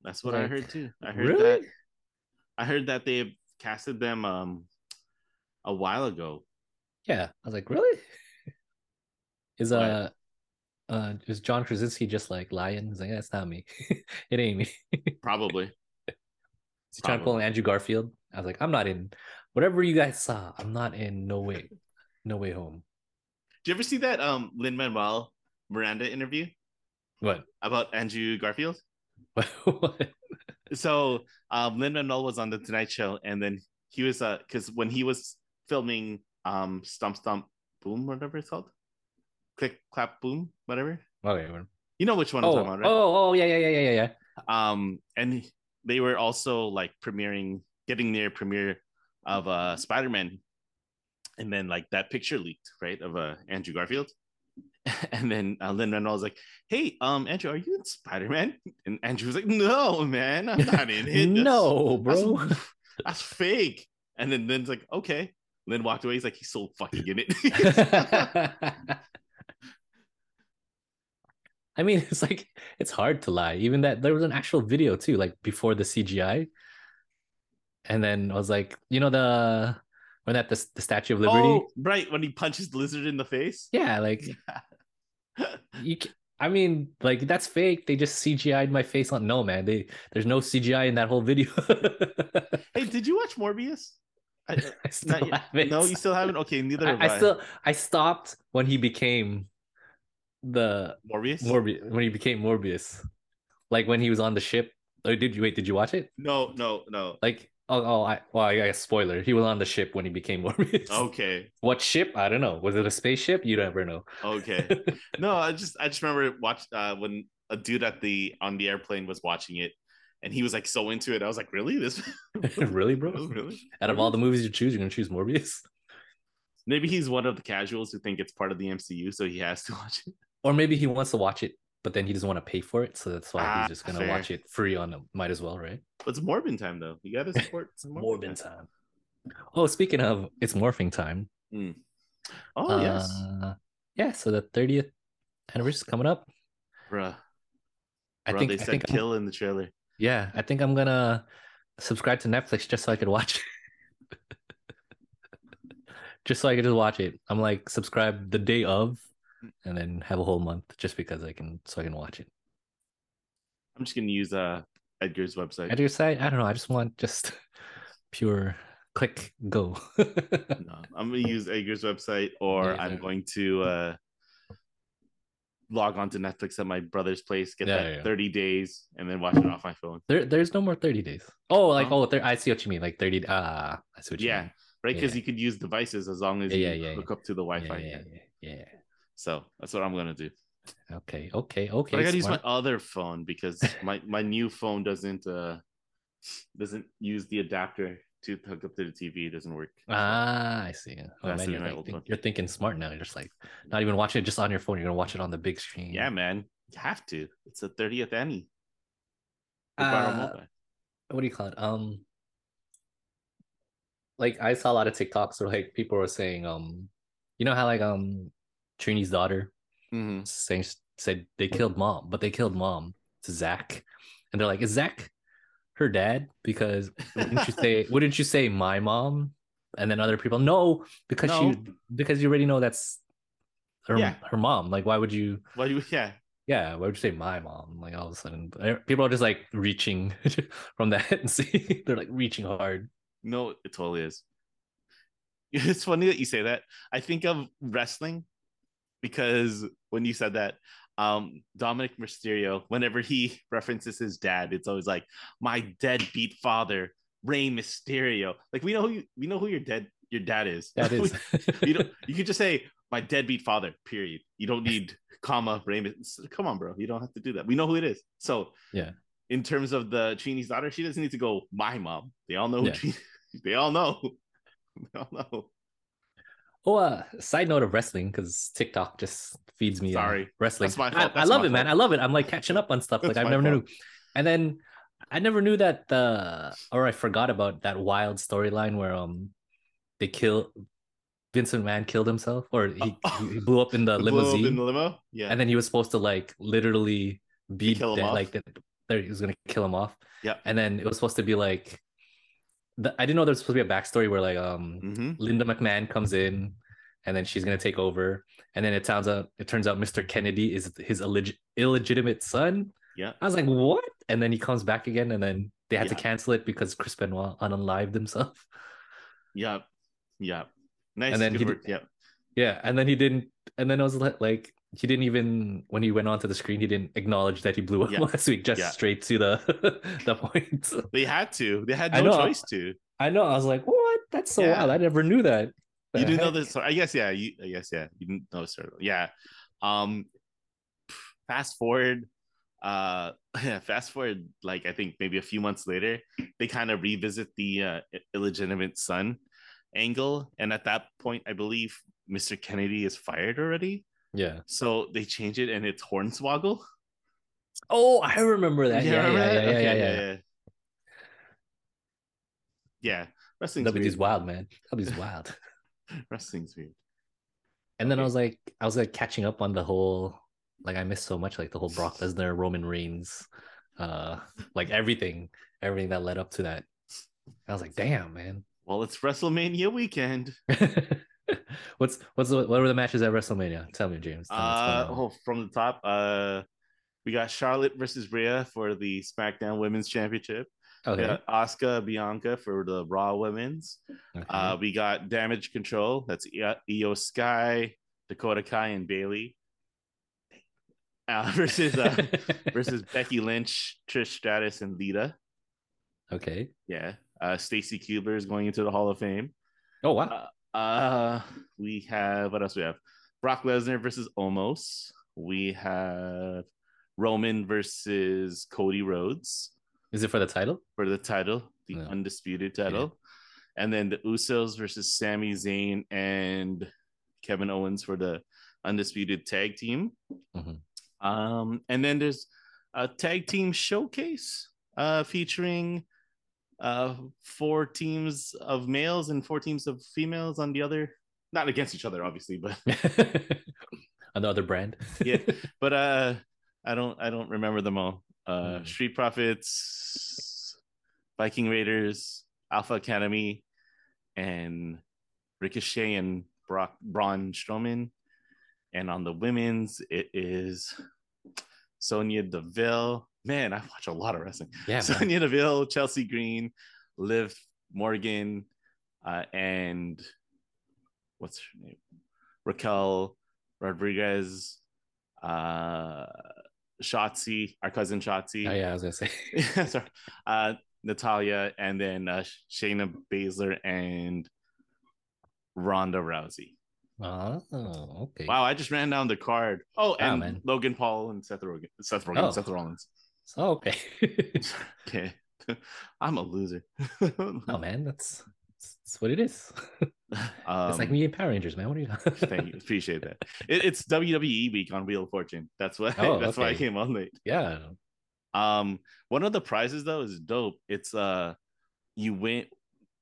That's what I Like, heard too. I heard really? that I heard that they casted them um a while ago. Yeah. I was like, really? [laughs] Is What? uh uh is John Krasinski just like lying? He's like, that's not me. [laughs] it ain't me. [laughs] Is Probably. he trying to pull an Andrew Garfield? I was like, I'm not in whatever you guys saw, I'm not in no way, no way home. Did you ever see that um Lin Manuel Miranda interview What? about Andrew Garfield? [laughs] what? So um Lin Manuel was on the Tonight Show and then he was uh because when he was filming um Stump Stump Boom, whatever it's called. Click clap boom, whatever. Okay. we're- You know which one I'm Oh, talking about, right? oh, oh, yeah, yeah, yeah, yeah, yeah, yeah. um and they were also like premiering getting their premiere of uh spider-man and then like that picture leaked right of uh andrew garfield [laughs] and then uh, lynn reynolds was like hey um andrew are you in spider-man and andrew was like no man i'm not in it [laughs] That's- no, bro. that's, that's fake and then lynn's like okay lynn walked away he's like he's so fucking in it I mean, it's like it's hard to lie. Even that there was an actual video too, like before the CGI. And then I was like, you know, the when that the, the Statue of [laughs] Liberty. oh right when he punches the lizard in the face Yeah, like you. ca- I mean, like that's fake. They just CGI'd my face on. [laughs] No, man, they there's no CGI in that whole video. hey did you watch morbius I, I still not yet. haven't. no, you still haven't. Okay, neither have I, I. I still I stopped when he became the Morbius. Morbius when he became Morbius, like when he was on the ship. Oh, did you wait? Did you watch it? no, no, [laughs] no. Like oh, oh I, well I guess spoiler. He was on the ship when he became [laughs] Morbius. Okay, What ship? I don't know. Was it a spaceship? You never know. [laughs] okay. no, I just I just remember watched uh, when a dude at the on the airplane was watching it, and he was like so into it. I was like, really? This [laughs] really, bro? really? Out of all the movies you choose, you're gonna choose Morbius, Maybe he's one of the casuals who think it's part of the MCU, so he has to [laughs] watch it. or maybe he wants to watch it, but then he doesn't want to pay for it, so that's why Ah, he's just gonna fair. watch it free on. Might as well, right? But it's Morbin time though. You gotta support some Morbin. Morbin time. Oh, speaking of, it's morphing time. Oh yes, Uh, yeah, so the 30th anniversary is coming up. bruh. I Bruh, think, they I said think I'm- kill in the trailer. yeah, I think I'm gonna subscribe to Netflix just so I could watch it. [laughs] just so I could just watch it. I'm like subscribe the day of and then have a whole month just because I can so I can watch it. I'm just gonna use uh Edgar's website. At your site, I don't know, I just want just [laughs] pure click go. [laughs] No, I'm gonna use Edgar's website, or Yeah, I'm yeah. going to uh, log on to Netflix at my brother's place, get Yeah, that yeah. 30 days, and then watch it off my phone. there there's no more 30 days. Oh, like Huh? oh, there, I see what you mean. Like 30 ah, I see what you Um, Yeah, mean. Right, because Yeah. you could use devices as long as Yeah, you yeah, yeah, hook up to the Yeah, Wi-Fi. yeah, here. yeah, yeah. So that's what I'm gonna do. Okay, okay, okay. but I gotta use my smart. other phone [laughs] because my my new phone doesn't uh doesn't use the adapter to hook up to the TV. It doesn't work. Ah, I see. Oh, That's man, the you're, my like, old think- one. you're thinking smart now. You're just like not even watching it just on your phone. You're gonna watch it on the big screen. Yeah, man, you have to. It's the 30th Annie. They brought our Uh, mobile. What do you call it? Um, like I saw a lot of TikToks where like people were saying, um, you know how like um Trini's daughter Mhm. saying said they killed mom, but they killed mom to Zach, and they're like, is Zach her dad? Because wouldn't you say wouldn't you say my mom? And then other people, no, because she No. because you already know that's her Yeah. her mom. Like why would you? [laughs] Why do you? Yeah. Yeah, why would you say my mom? Like all of a sudden, eh, people are just like reaching [laughs] from that and see [laughs] they're like reaching hard. No, it totally is. [laughs] It's funny that you say that. I think of wrestling because when you said that, um, Dominic Mysterio, whenever he [laughs] references his dad, it's always like my deadbeat father, Rey Mysterio. Like we know who you, we know who your dead your dad is. [laughs] That [laughs] is, you don't you could just say my deadbeat father. Period. You don't need comma Rey. Mys- Come on, bro. You don't have to do that. We know who it is. So Yeah. In terms of the Chinese daughter, she doesn't need to go. My mom. They all know. Who Yeah. Trini- [laughs] they all know. They all know. oh, uh, side note of wrestling because TikTok just feeds me. uh, Sorry. wrestling. That's my I- fault. I, That's love my it, man. I fault. love it. I'm like catching up on stuff. like That's I my never knew, fault. and then I never knew that the or I forgot about that wild storyline where um they kill Vincent Man killed himself or [laughs] he, Oh. he blew up in the The blow up limousine. in the limo. Yeah. and then he was supposed to like literally be Kill him dead, off? like that there he was gonna kill him off Yeah. and then it was supposed to be like the, i didn't know there was supposed to be a backstory where like um hmm linda mcmahon comes in and then she's gonna take over and then it sounds out it turns out mr kennedy is his illeg- illegitimate son Yeah. i was like what and then he comes back again and then they had to Yeah. cancel it because chris benoit unalived himself [laughs] Yeah. Yeah. Nice. And then good he work. did- Yeah. Yeah, and then he didn't, and then I was like, like he didn't even when he went onto the screen, he didn't acknowledge that he blew up Yeah. [laughs] last week. Just Yeah. straight to the [laughs] the point. They had to. They had I no know. choice to. I know. I was like, what? That's so Yeah. wild. I never knew that. The you didn't know heck? this. I guess yeah. You I guess yeah. You didn't know sir. Yeah. Um. Fast forward. Uh. [laughs] Fast forward. Like I think maybe a few months later, they kind of revisit the uh, i- illegitimate son angle, and at that point, I believe Mr. Kennedy is fired already. Yeah. So they change it, and it's Hornswoggle. Oh, I remember that. [laughs] You Uh, Yeah, yeah, yeah, remember that? yeah, Okay, yeah, yeah. yeah. Yeah. Wrestling's WWE's weird. wild, man. WWE's [laughs] wild. Wrestling's weird. And then I Okay. was like, I was like catching up on the whole, like I missed so much, like the whole Brock Lesnar, Roman Reigns, uh, like everything, everything that led up to that. I was like, damn, man. [laughs] Well, it's WrestleMania weekend. what's what's the, what were the matches at WrestleMania? Tell me, James. Tell me what's Uh, going on. oh, from the top, uh, we got Charlotte versus Rhea for the SmackDown Women's Championship. Oh, Okay. We got Asuka Bianca for the Raw Women's. okay. Uh, we got Damage Control. That's Io- Io Sky, Dakota Kai, and Bailey. Uh, [laughs] versus uh, [laughs] versus Becky Lynch, Trish Stratus, and Lita. okay. Yeah. Uh, Stacy Kubler is going into the Hall of Fame. Oh wow. Uh, we have what else? We have Brock Lesnar versus Omos. We have Roman versus Cody Rhodes Is it for the title? [laughs] for the title, the Yeah. undisputed title, and then the Usos versus Sami Zayn and Kevin Owens for the undisputed tag team. Mhm. Um, and then there's a tag team showcase uh, featuring uh, four teams of males and four teams of females on the other, not against each other, obviously, but Another brand. [laughs] Yeah. but uh, I don't I don't remember them all. Uh, Mhm. Street Profits, Viking Raiders, Alpha Academy, and Ricochet and Brock Braun Strowman. And on the women's, it is Sonia Deville. Man, I watch a lot of wrestling. [laughs] yeah. man. Sonia Deville, Chelsea Green, Liv Morgan, uh, and what's her name? Raquel Rodriguez, uh, Shotzi, our cousin Shotzi. Oh, yeah, I was gonna say. [laughs] [laughs] Sorry. Uh, Natalia, and then uh, Shayna Baszler and Ronda Rousey. Oh, okay. Wow, I just ran down the card. Oh, and man. Logan Paul and Seth Rogen, Seth Rogen, Oh. Seth Rollins. Oh, okay. [laughs] Okay, [laughs] I'm a loser. [laughs] oh man, that's that's what it is. [laughs] it's like Um, me and Power Rangers, man. What are you? Thank you. Appreciate that. It, it's WWE week on Wheel of Fortune. That's why [laughs] Oh, that's why I okay. came on late. [laughs] yeah. Um one of the prizes though is dope. It's uh you win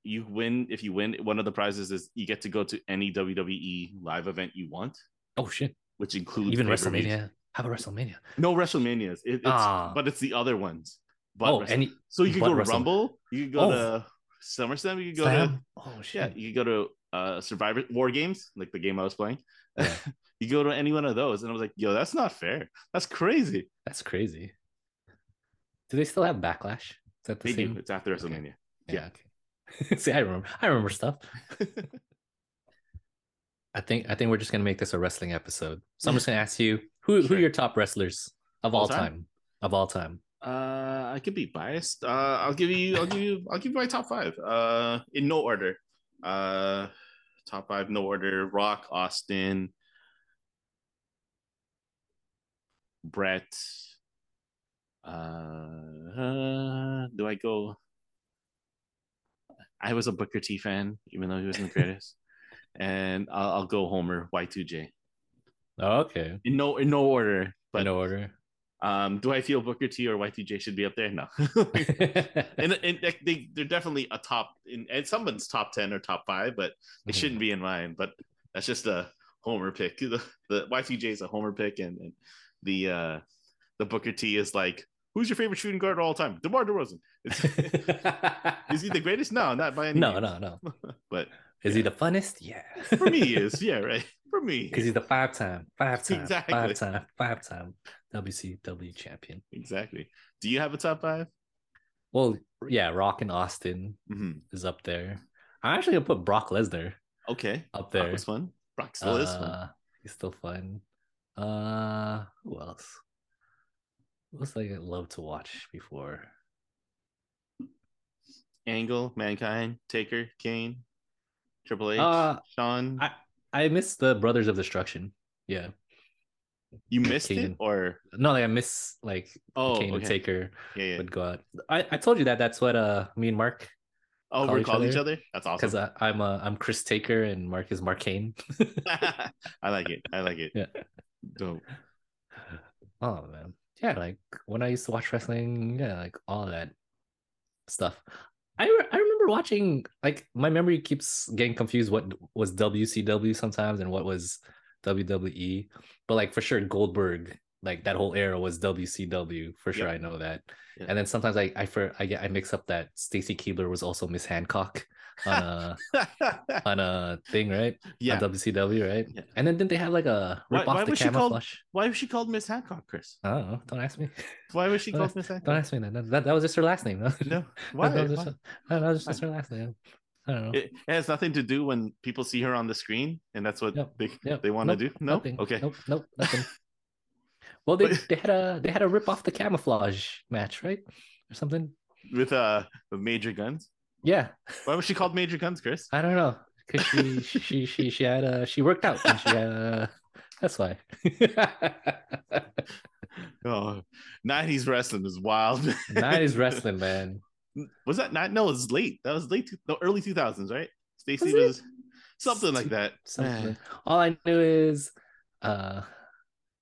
you win if you win one of the prizes is you get to go to any WWE live event you want, Oh shit. which includes Even pay-per-views. WrestleMania. How about WrestleMania? No WrestleManias. It, it's Ah. but it's the other ones. But oh, Wrestle- any so you could but go to Wrestle- Rumble, you could go Oh. to SummerSlam, you could go to Slam? Oh yeah, shit. you could go to uh Survivor War Games, like the game I was playing. Yeah. [laughs] you go to any one of those, and I was like, yo, that's not fair. That's crazy. That's crazy. Do they still have backlash? Is that the They same? do. It's after Okay. WrestleMania. Yeah. Okay. [laughs] See, I remember. I remember [laughs] stuff. I think. I think we're just gonna make this a wrestling episode. So [laughs] I'm just gonna ask you who who Sure. are your top wrestlers of All all, time? time? Of all time. Uh, I could be biased. Uh, I'll give you. I'll give you. I'll give you my top five. Uh, in no order. Uh, top five, no order. Rock, Austin, Brett. Uh, uh, do I go? I was a Booker T fan, even though he wasn't the greatest. and I'll, I'll go Homer Y2J. Oh, okay. In no, in no order. But In order. [laughs] [laughs] um, do I feel Booker T or Y2J should be up there? No. and, [laughs] and they- they they're definitely a top in and someone's top 10 or top 5 but they Mhm. shouldn't be in mine but that's just a homer pick the, the ytj is a homer pick and, and the uh the booker t is like who's your favorite shooting guard of all time demar DeRozan. It's, [laughs] [laughs] is he the greatest no not by any no, means. no, no. [laughs] but Is he the funnest? Yeah. [laughs] [laughs] for me he is yeah right for me Because he's the five time, five time, Exactly. five time, five time WCW champion. exactly do you have a top 5 Well, yeah, Rock and Austin Mhm. is up there. I'm actually gonna put Brock Lesnar okay up Brock there. was fun Brock still is fun Uh, He's still fun. Uh, who else? Who else I love to watch before? angle mankind taker kane triple h Uh, sean I- I miss the Brothers of Destruction. Yeah, you missed it Kane. or no, like I miss like Oh, Kane okay. and Taker Yeah, yeah. would go out. I, I told you that that's what uh me and Mark oh, call we're each calling each other? other. That's because awesome. I'm uh, I'm Chris Taker and Mark is Mark Kane. [laughs] I, like it. I like it. uh, Yeah. [laughs] Dope. Oh man, yeah. Like when I used to watch wrestling, yeah, like all that stuff. I re- I remember watching. Like my memory keeps getting confused. What was WCW sometimes, and what was WWE? But like for sure, Goldberg. Like that whole era was WCW for sure. Yep. I know that. Yep. And then sometimes I I for I get I mix up that Stacy Keebler was also Miss Hancock. on [laughs] a on a thing, right? yeah. On WCW, right? Yeah. And then didn't they have like a Why- rip why off the was she called- camouflage? Why was she called Miss Hancock, Chris? I don't know. Don't ask me. [laughs] Why was she Uh, called Miss Don't [laughs] Hancock? ask me that. That, that, that was just her last name. No. [laughs] Why? That was Why? just, that was just Why? her last name. I don't know. It, it has nothing to do when people see her on the screen, and that's what Yep. they Yep. they want to Nope. do. No, Nothing. okay. Nope. [laughs] Nope. Nothing. well, they, But- they had a they had a rip off the camouflage match, right, or something. With uh, with Major Guns. Yeah, Why was she called Major Guns, Chris? I don't know because [laughs] she she she she had a she worked out. And she had a, that's why. [laughs] Oh, 90s wrestling is wild. [laughs] man. Nineties wrestling, man. Was that not? No, it was late. That was late. two- No, early 2000s, right? Stacy Was it? was something like that. Something. Man. All I knew is, uh,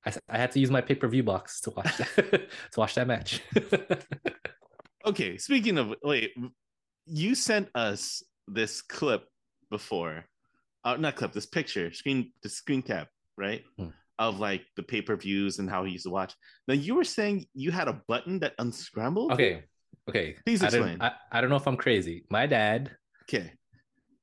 I s- I had to use my pay per view box to watch that, [laughs] to watch that match. Okay. Speaking of, wait, you sent us this clip before, uh, not clip, this picture, screen, the screen cap, right? Hmm. Of like the pay per views and how he used to watch. Now you were saying you had a button that unscrambled. okay. Okay. Please I don't- explain. I, I don't know if I'm crazy. My dad [laughs] Okay.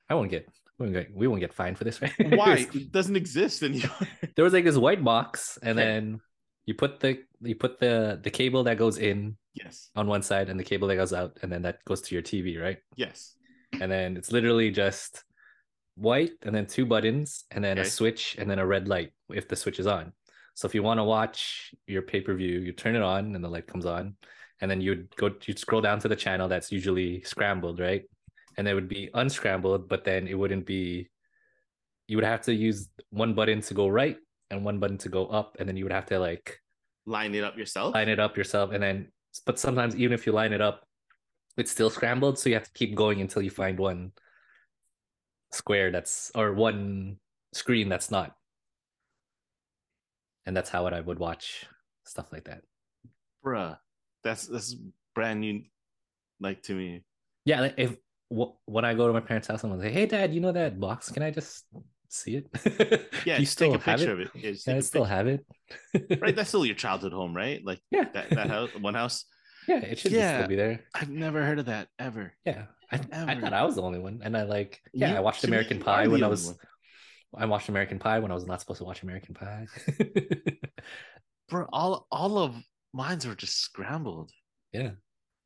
I won't get we won't get, we won't get fined for this, [laughs] right? Why it doesn't exist anymore? there was like this white box, and Okay. then you put the you put the the cable that goes in [laughs] yes. on one side, and the cable that goes out, and then that goes to your TV, right? Yes. And then it's literally just white, and then two buttons, and then Okay. a switch, and then a red light if the switch is on. So if you want to watch your pay per view, you turn it on, and the light comes on, and then you'd go you'd scroll down to the channel that's usually scrambled, right? And it would be unscrambled, but then it wouldn't be you would have to use one button to go right and one button to go up, and then you would have to like Line it up yourself. line it up yourself and then but sometimes even if you line it up, it's still scrambled, so you have to keep going until you find one square that's or one screen that's not. And that's how it I would watch stuff like that. bruh that's that's brand new like to me Yeah, like if wh- when I go to my parents' house, I'm like, "Hey, Dad, you know that box? Can I just see it? [laughs] yeah Do you just take still a have picture it? of it yeah, just Can take I a still picture. have it? right that's still your childhood home right like [laughs] Yeah, that, that house [laughs] one house yeah, it should just Yeah. still be there. i've never heard of that ever Yeah, I, I Ever. thought I was the only one, and I like, yeah, You- I watched to me, American you are Pie the when I only was, one. I watched American Pie when I was not supposed to watch American Pie. [laughs] bro all all of mines were just scrambled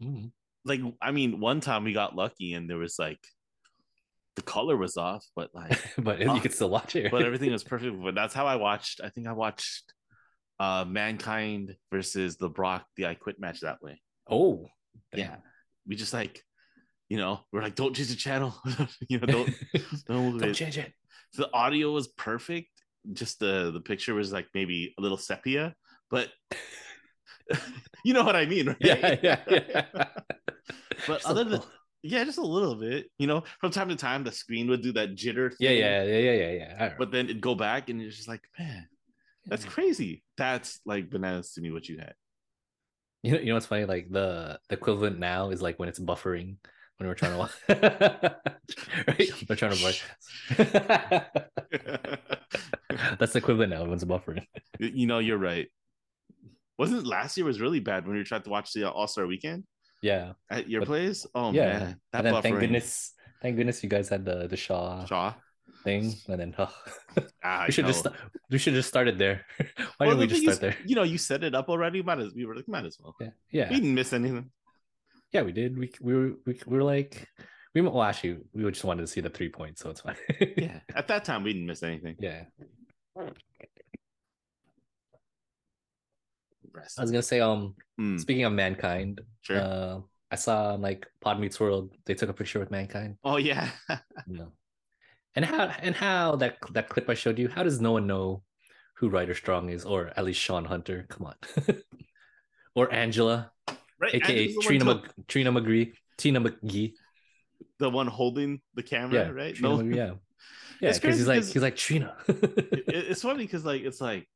Mm. like i mean one time we got lucky and there was like the color was off but like But Oh. you could still watch it. [laughs] but right? everything was perfect but that's how i watched i think i watched uh mankind versus the brock the i quit match that way oh, yeah we just like you know we're like don't change the channel [laughs] you know [laughs] don't don't, move don't it. change it. the audio was perfect just the the picture was like maybe a little sepia but [laughs] you know what i mean right [laughs] Yeah, yeah, yeah. [laughs] [laughs] But So other than- cool. yeah just a little bit you know from time to time the screen would do that jitter yeah, thing, yeah, yeah, yeah, yeah, yeah. I Mm. don't know. but then it'd go back and it's just like man that's crazy that's like bananas to me what you had [laughs] You know, you know what's funny? Like the the equivalent now is like when it's buffering when we're trying to watch. [laughs] right? We're trying to watch. [laughs] That's the equivalent now when it's buffering. you know you're right wasn't last year was really bad when we tried to watch the all star weekend Yeah. At your But- place? Oh yeah. man, And then that thank buffering. goodness, thank goodness you guys had the the Shaw Shaw. thing. And then [laughs] huh, Ah, we should no. just sta- we should just started there. [laughs] Why Well, didn't we the just thing start is, there? You know, you set it up already. Might as we were like, might as well. Yeah. Yeah. We didn't miss anything. Yeah, we did. We we were we, we were like we well actually we just wanted to see the three points, so it's fine. [laughs] Yeah. [laughs] At that time, we didn't miss anything. yeah. Rest. I was gonna say, um, Mm, speaking of mankind, sure. uh, I saw like Pod Meets World. They took a picture with mankind. oh yeah. [laughs] You know, and how and how that that clip I showed you. How does no one know who Ryder Strong is, or at least Sean Hunter? Come on, [laughs] or Angela, right. aka Andrew's the one Trina to- Mc, Trina McGee, Tina McGee. the one holding the camera, Yeah, right? Trina no. McGee, yeah, yeah. It's Because crazy he's like 'cause- he's like Trina. [laughs] [laughs] It- it's funny because like it's like,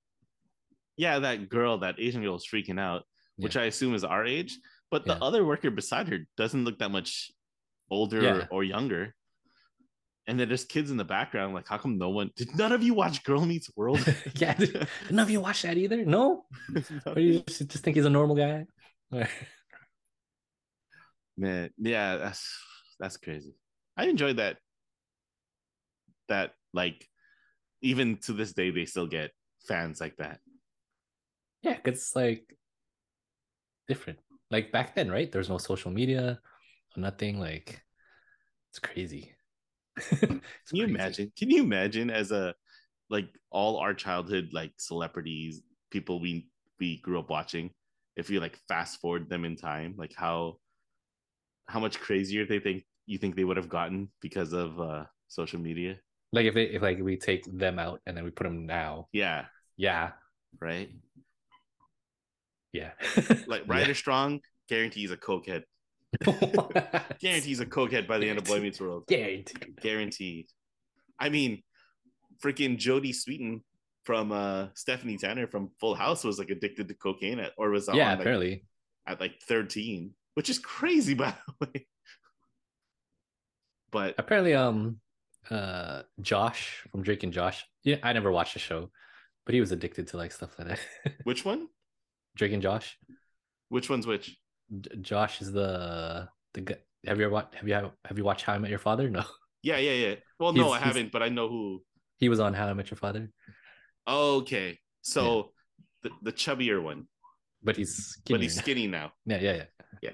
yeah, that girl, that Asian girl, is freaking out, which I assume is our age. But the Yeah. other worker beside her doesn't look that much older Yeah. or, or younger. And then there's kids in the background. Like, how come no one? Did none of you watch Girl Meets [laughs] World? [laughs] yeah, dude. none of you watch that either. No, or you just, just think he's a normal guy. Man, yeah, that's that's crazy. I enjoyed that. That like, even to this day, they still get fans like that. Yeah, 'cause it's like different. Like back then, right? There's no social media, nothing. Like it's crazy. [laughs] Can Can you imagine? Can you imagine as a like all our childhood like celebrities, people we we grew up watching, if you like fast forward them in time, like how how much crazier they think you think they would have gotten because of uh social media? Like if they if like we take them out and then we put them now, Yeah, yeah, right? yeah, [laughs] Like Ryder Strong guarantees a cokehead. yeah. Guarantees a cokehead by the end of Boy Meets World. guaranteed. Guaranteed. I mean, freaking Jodie Sweetin from uh Stephanie Tanner from Full House was like addicted to cocaine at, or was on Yeah, like, apparently. at like 13, which is crazy by the way. But apparently um uh josh from drake and josh yeah i never watched the show but he was addicted to like stuff like that [laughs] which one? drake and josh Which one's which? J- josh is the the guy have you ever watched have you have you watched how i met your father no Yeah, yeah, yeah. Well, no, He's- I he's- haven't, but I know who. he was on how i met your father Okay. So the, the chubbier one, but he's but skinny he's skinny now. yeah yeah yeah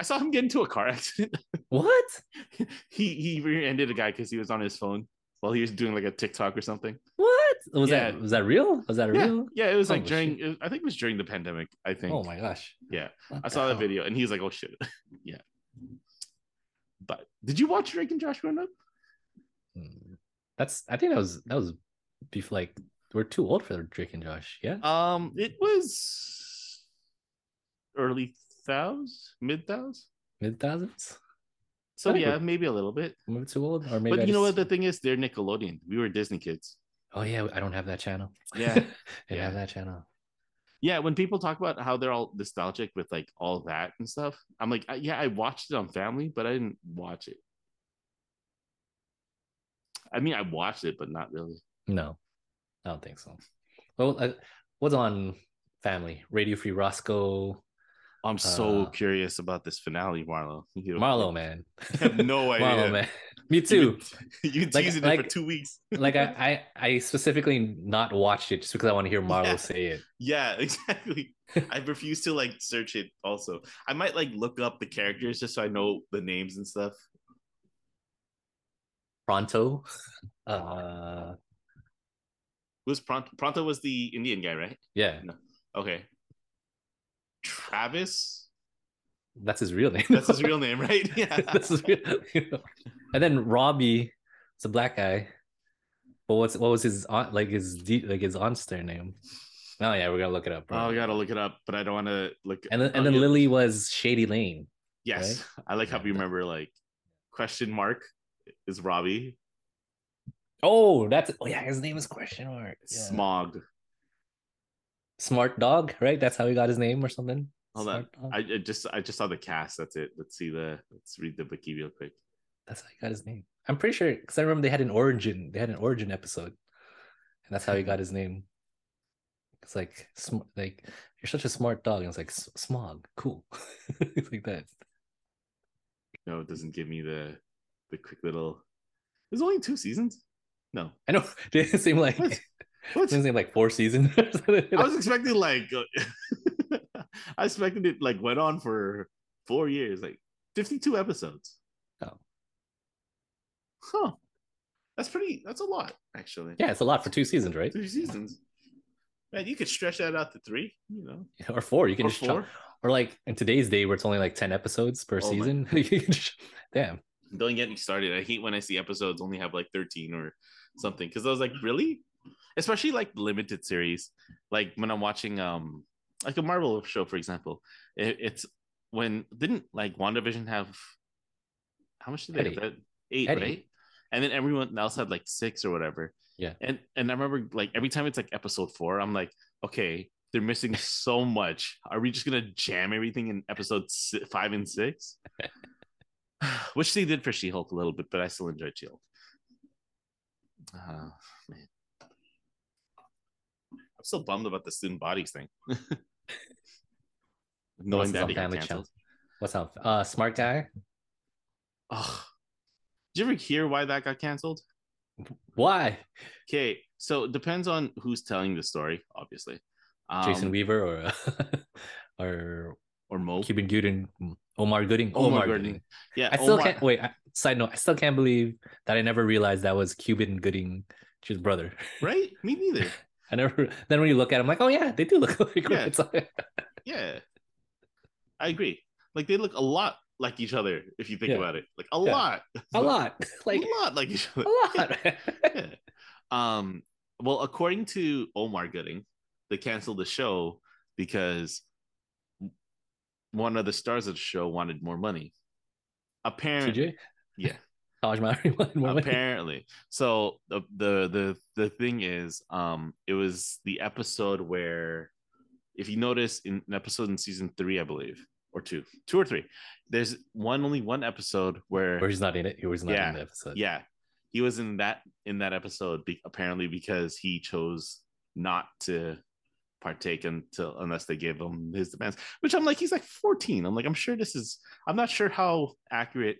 I saw him get into a car accident. what he he rear-ended a guy because he was on his phone while he was doing like a TikTok or something. what was Yeah. that was that real was that Yeah, real yeah, it was like Holy during. it- I think it was during the pandemic. I think. oh my gosh Yeah, What I the saw that hell? video, and he was like, "Oh shit." [laughs] yeah. But did you watch Drake and Josh growing up? Mm. that's i think that was that was before like we're too old for drake and josh yeah Um, it was early thous, mid thous. mid thousands So I think yeah, we're- maybe a little bit. maybe too old or maybe but I you know just- what? The thing is, they're Nickelodeon. We were Disney kids. Oh yeah, I don't have that channel. [laughs] Yeah, I didn't yeah. have that channel. Yeah, when people talk about how they're all nostalgic with like all that and stuff, I'm like, I, yeah, I watched it on Family, but I didn't watch it. I mean, I watched it, but not really. No, I don't think so. Well, uh, what's on Family Radio Free Roscoe I'm so Uh, curious about this finale, Marlo. [laughs] You know, Marlo [laughs] man? have no idea. [laughs] Marlo man. Me too. [laughs] you Like- teased it for like- two weeks. [laughs] like I, I, I specifically not watched it just because I want to hear Marlo Yeah. say it. Yeah, [laughs] exactly. I refuse to like search it. Also, I might like look up the characters just so I know the names and stuff. Pronto. [laughs] Uh, Who's Pronto? Pronto was the Indian guy, right? yeah, Okay. Travis. that's his real name. [laughs] [laughs] That's his real name, right? Yeah. That's his real. and then Robbie, it's a black guy. But what's what was his aunt like his de- like his aunt's name? Oh yeah, we're gonna look it up. bro. Oh, I gotta look it up, but I don't want to look. And then, oh, and then yeah. Lily was Shady Lane. Yes, I like how Yeah, we that- remember. Like, question mark is Robbie Oh, that's oh yeah, his name is question mark. Yeah. Smog. Smart dog, right? That's how he got his name or something. Hold on. Smart dog. I, I just I just saw the cast. That's it. Let's see the let's read the wiki real quick. That's how he got his name. I'm pretty sure because I remember they had an origin. They had an origin episode, and that's how he Mm-hmm. got his name. It's like sm- like you're such a smart dog, and it's like "S- smog, cool. [laughs] it's like that. No, it doesn't give me the the quick little. There's only two seasons. No, I know. [laughs] Didn't it seem like What? didn't what? it seem like four seasons? [laughs] or something? I was expecting like uh, [laughs] I expected it like went on for four years, like fifty-two episodes. Oh. Huh. That's pretty that's a lot, actually. yeah, it's a lot for two seasons, right? Three seasons. Man, you could stretch that out to three, you know. Or four. You can or just chop- four. or like in today's day where it's only like 10 episodes per Oh my- season [laughs] You can just- damn Don't get me started. I hate when I see episodes only have like 13 or something. Cause I was like, really? Especially like limited series. Like when I'm watching um like a Marvel show, for example. It, it's when didn't like WandaVision have how much did they Had have? Eight, Had right? eight. And then everyone else had like six or whatever. Yeah. And and I remember like every time it's like episode four, I'm like, okay, they're missing [laughs] so much. Are we just gonna jam everything in episode si- five and six? Which they did for She Hulk a little bit, but I still enjoyed She Hulk. Uh, man. I'm still bummed about the student bodies thing. [laughs] Knowing else is on that it got Family canceled. Channel? what's up uh smart guy Ugh. Did you ever hear why that got canceled? Why? Okay, so it depends on who's telling the story, obviously. Um, Jason Weaver or or [laughs] or Mo. Cuban Gooding, Omar Gooding, Oh Omar Gooding. yeah, I still Omar- can't wait. I, side note: I still can't believe that I never realized that was Cuban Gooding, his brother. [laughs] Right? Me neither. I never. Then when you look at him, like, oh yeah, they do look [laughs] like Yeah. it's like- Yeah, I agree. Like they look a lot like each other if you think Yeah. about it. Like a Yeah. lot, a lot, [laughs] like [laughs] a lot like each other. a [laughs] lot. yeah. Um, well, according to Omar Gooding, they canceled the show because one of the stars of the show wanted more money. Apparently, TJ, yeah, [laughs] Taj Mowry wanted more money. apparently. So the, the the the thing is, um, it was the episode where, if you notice, in an episode in season three, I believe, or two, two or three, there's one only one episode where [laughs] Or he's not in it. He was not Yeah. in the episode. yeah he was in that in that episode be- apparently because he chose not to partake until unless they gave him his demands which i'm like he's like 14 i'm like i'm sure this is i'm not sure how accurate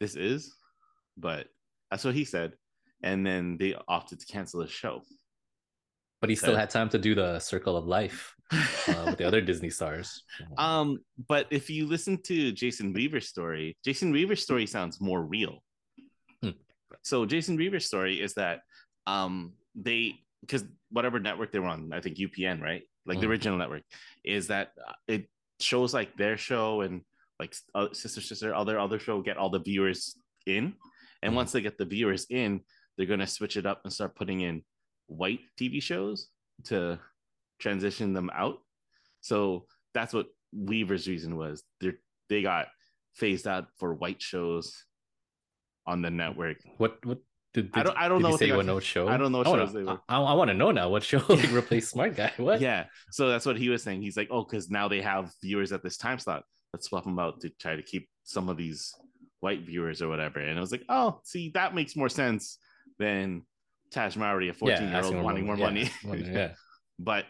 this is but that's what he said and then they opted to cancel the show [laughs] but he still So- had time to do the Circle of Life uh, with the [laughs] other Disney stars. um but if you listen to jason weaver's story jason weaver's story sounds more real Hmm. so jason weaver's story is that um they because whatever network they were on i think upn right like the Mhm. original network is that uh, it shows like their show and like s- uh, sister sister other other show get all the viewers in and Mhm. once they get the viewers in they're going to switch it up and start putting in white tv shows to transition them out so that's what Weaver's reason was. They they got phased out for white shows on the network. What what did, I did- don't- I don't did know he what say they what got- no show? I don't know what I wanna- shows they were. I, want to know now what [laughs] show like replaced Smart Guy. What? Yeah. So that's what he was saying. He's like, oh, because now they have viewers at this time slot. Let's swap them out to try to keep some of these white viewers or whatever. And I was like, oh, see, that makes more sense than Taj Mowry, a 14 year asking old, for wanting more money. Yeah, [laughs] [laughs] wanting- yeah. but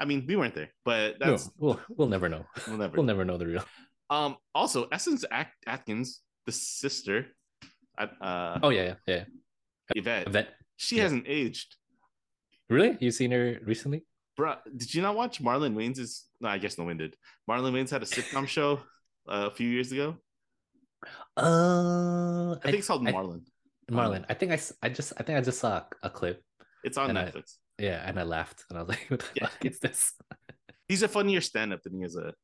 I mean, we weren't there, but No, [laughs] that's we'll we'll never [laughs] know. we'll never. We'll never know the real. Um, also, Essence At- Atkins, the sister, at- uh, Oh yeah, yeah, Yvette, yeah. That she yeah. hasn't aged. really? You've seen her recently? Bruh, did you not watch Marlon Wayne's? Is no, I guess no one did. Marlon Wayne's had a sitcom show uh, a few years ago. Uh, I think it's called I- Marlon. Marlon. I think I, s- I just I think I just saw a- a clip. It's on and I- Netflix. Yeah, and I laughed and I was [laughs] like, "What the Yeah. fuck is this?" He's a funnier stand-up than he is a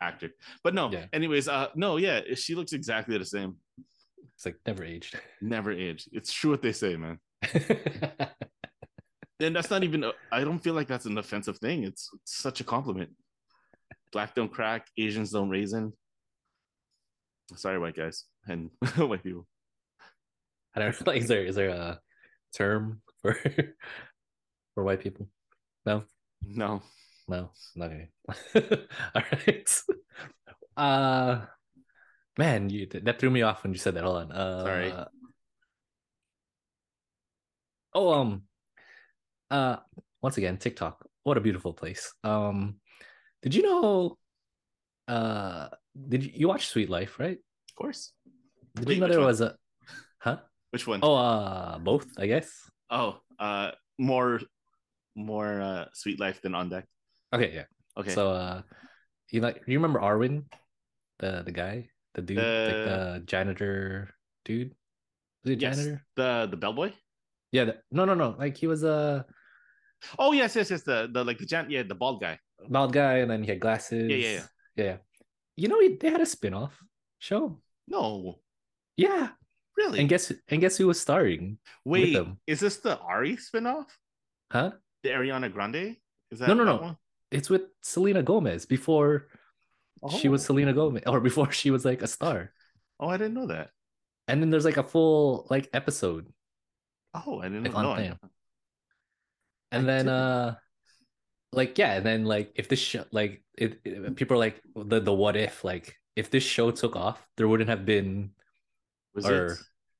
actor. But no, Yeah. anyways, uh, no, yeah, she looks exactly the same. It's like never aged. [laughs] Never aged. It's true what they say, man. And that's not even. A, I don't feel like that's an offensive thing. It's, such a compliment. Black don't crack. Asians don't raisin. Sorry, white guys and [laughs] white people. I don't know. Like, is there is there a term for [laughs] for white people? No, No, not okay. [laughs] All right. Uh, man, you th- that threw me off when you said that. Hold on. Uh, Sorry. Oh, um, uh, once again, TikTok. What a beautiful place. Um, did you know? Uh, did you, you watch Sweet Life? Right? of course. Did Wait, you know which there one? was a? Huh? Which one? Oh, uh, both. I guess. Oh, uh, more, more uh, sweet life than on deck. Okay. Yeah. Okay. So uh you like you remember Arwin? The the guy? The dude, like The- the janitor dude? Was he a yes, janitor? the the bellboy. Yeah, the, no no no. Like he was a Oh yes, yes, yes. The the like the jan- yeah the bald guy. bald guy and then he had glasses. yeah, yeah. Yeah. You know he- they had a spin-off show. No, Yeah. really. And guess and guess who was starring? Wait, them. is this the Ari spinoff? Huh? The Ariana Grande? Is that No, no, that no. It's with Selena Gomez before One? she was Oh. Selena Gomez or before she was like a star. Oh, I didn't know that. And then there's like a full like episode. Oh, I didn't Like, know. on no, I thing. know. and I then didn't. uh like yeah and then like if this show like it, it- people are like the the what if like if this show took off there wouldn't have been Was or- it?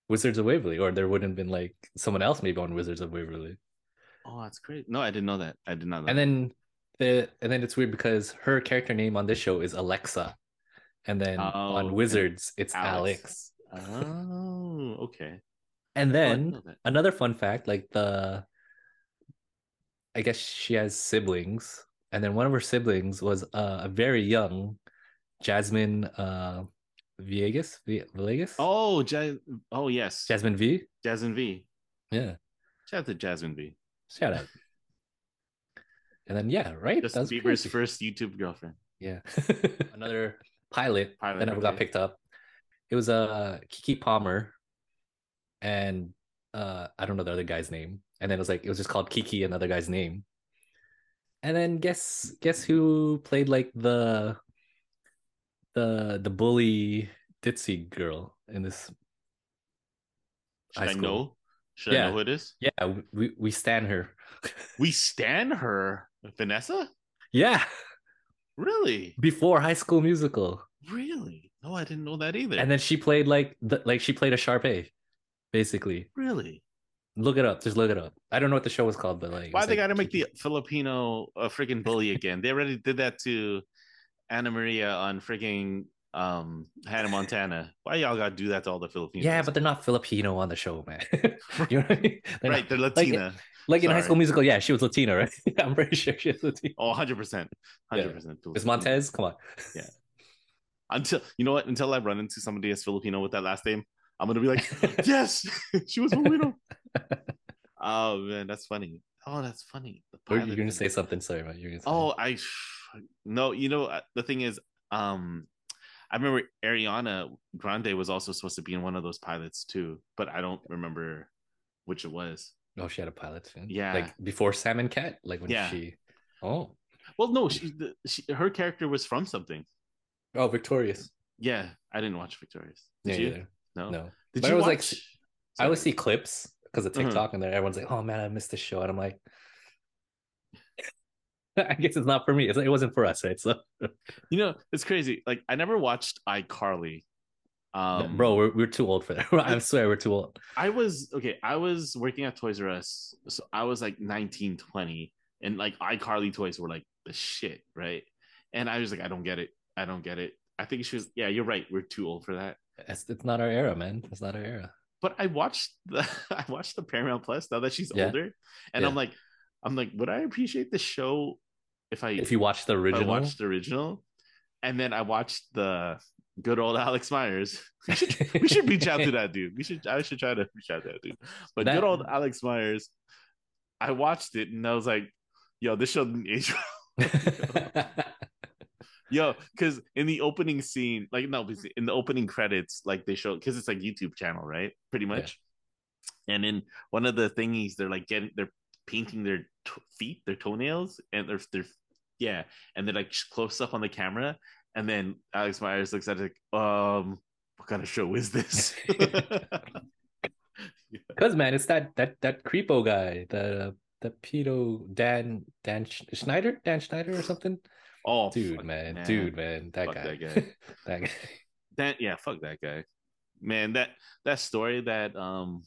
wizards of waverly or there wouldn't have been like someone else maybe on wizards of waverly Oh, that's great. No, I didn't know that. I did not know. and then the and then it's weird because her character name on this show is alexa and then Oh, on and Wizards it's Alex. Oh, okay. And Oh, I didn't then know that. another fun fact like the i guess she has siblings and then one of her siblings was uh, a very young jasmine uh viegas v- villegas Oh, ja- oh yes, jasmine v Jasmine V. yeah Shout out to Jasmine V. shout out and then yeah right Just That was Bieber's crazy. first YouTube girlfriend. yeah another pilot, Pilot, that never got okay. picked up it was uh kiki palmer and uh i don't know the other guy's name and then it was like it was just called kiki another guy's name and then guess guess who played like the the the bully ditzy girl in this Should High I school. know? Should I Yeah. know who it is? yeah we we stand her We stan her, Vanessa. yeah [laughs] Really? before high school musical Really? No, I didn't know that either. and then she played like the, like she played a Sharpay, basically really? Look it up. Just look it up. I don't know what the show was called, but like, Why it's they like- got to make the Filipino a freaking bully again? They already did that to Anna Maria on freaking um Hannah Montana. Why y'all got to do that to all the Filipinos? Yeah, but they're not Filipino on the show, man. [laughs] you know what I mean? [laughs] They're right, not- they're like- Latina. like in High sorry. School Musical, yeah, she was Latina, right? [laughs] I'm pretty sure she was Latina. oh, 100 percent, Yeah. hundred percent. Is Montez? [laughs] Come on. Until you know what? Until I run into somebody as Filipino with that last name, I'm gonna be like, [laughs] yes, she was Filipino. [laughs] oh man, that's funny. Oh, that's funny. The Or pilot you're gonna thing. say something, sorry, man. You're gonna say Oh, I no, you know uh, the thing is, um, I remember Ariana Grande was also supposed to be in one of those pilots too, but I don't remember which it was. oh, she had a pilot. Soon. Yeah. like before Sam and Cat, like when Yeah. she. Oh, Well, no, she, the, she her character was from something. oh, Victorious. Yeah, I didn't watch Victorious. Did Yeah, you? yeah, No. no. Did But you I was like- watch? I always Sorry. see clips because of Mhm. TikTok, and then everyone's like, "Oh man, I missed this show," and I'm like. [laughs] I guess it's not for me. It's it wasn't for us, right? So, You know, it's crazy. Like I never watched iCarly. Um, bro, we're, we're too old for that. [laughs] I swear, we're too old. I was okay. I was working at Toys R Us, so I was like 19, 20, and like iCarly toys were like the shit, right? And I was like, I don't get it. I don't get it. I think she was, yeah, you're right. We're too old for that. It's, it's not our era, man. It's not our era. But I watched the [laughs] I watched the Paramount Plus now that she's Yeah. older, and I'm Yeah. like, I'm like, would I appreciate the show if I If you watch the if I original, watched the original, and then I watched the good old [laughs] Alex Myers. We should [laughs] we should reach out to that dude. We should I should try to reach out to that dude. But That- good old Alex Myers, I watched it and I was like, yo, this show [laughs] didn't age well. [laughs] [laughs] yo, because in the opening scene, like no, because in the opening credits, like they show because it's like YouTube channel, right? Pretty much. And in one of the thingies, they're like getting they're painting their t- feet, their toenails, and their their yeah, and they're like close up on the camera, and then Alex Myers looks at it like, um, what kind of show is this? [laughs] Because man, it's that that that creepo guy, the the pedo Dan Dan Sch- Schneider, Dan Schneider or something. oh, Dude, fuck, man, dude, man, that Fuck guy, that guy. [laughs] That guy. that yeah, fuck that guy, man. That that story that um,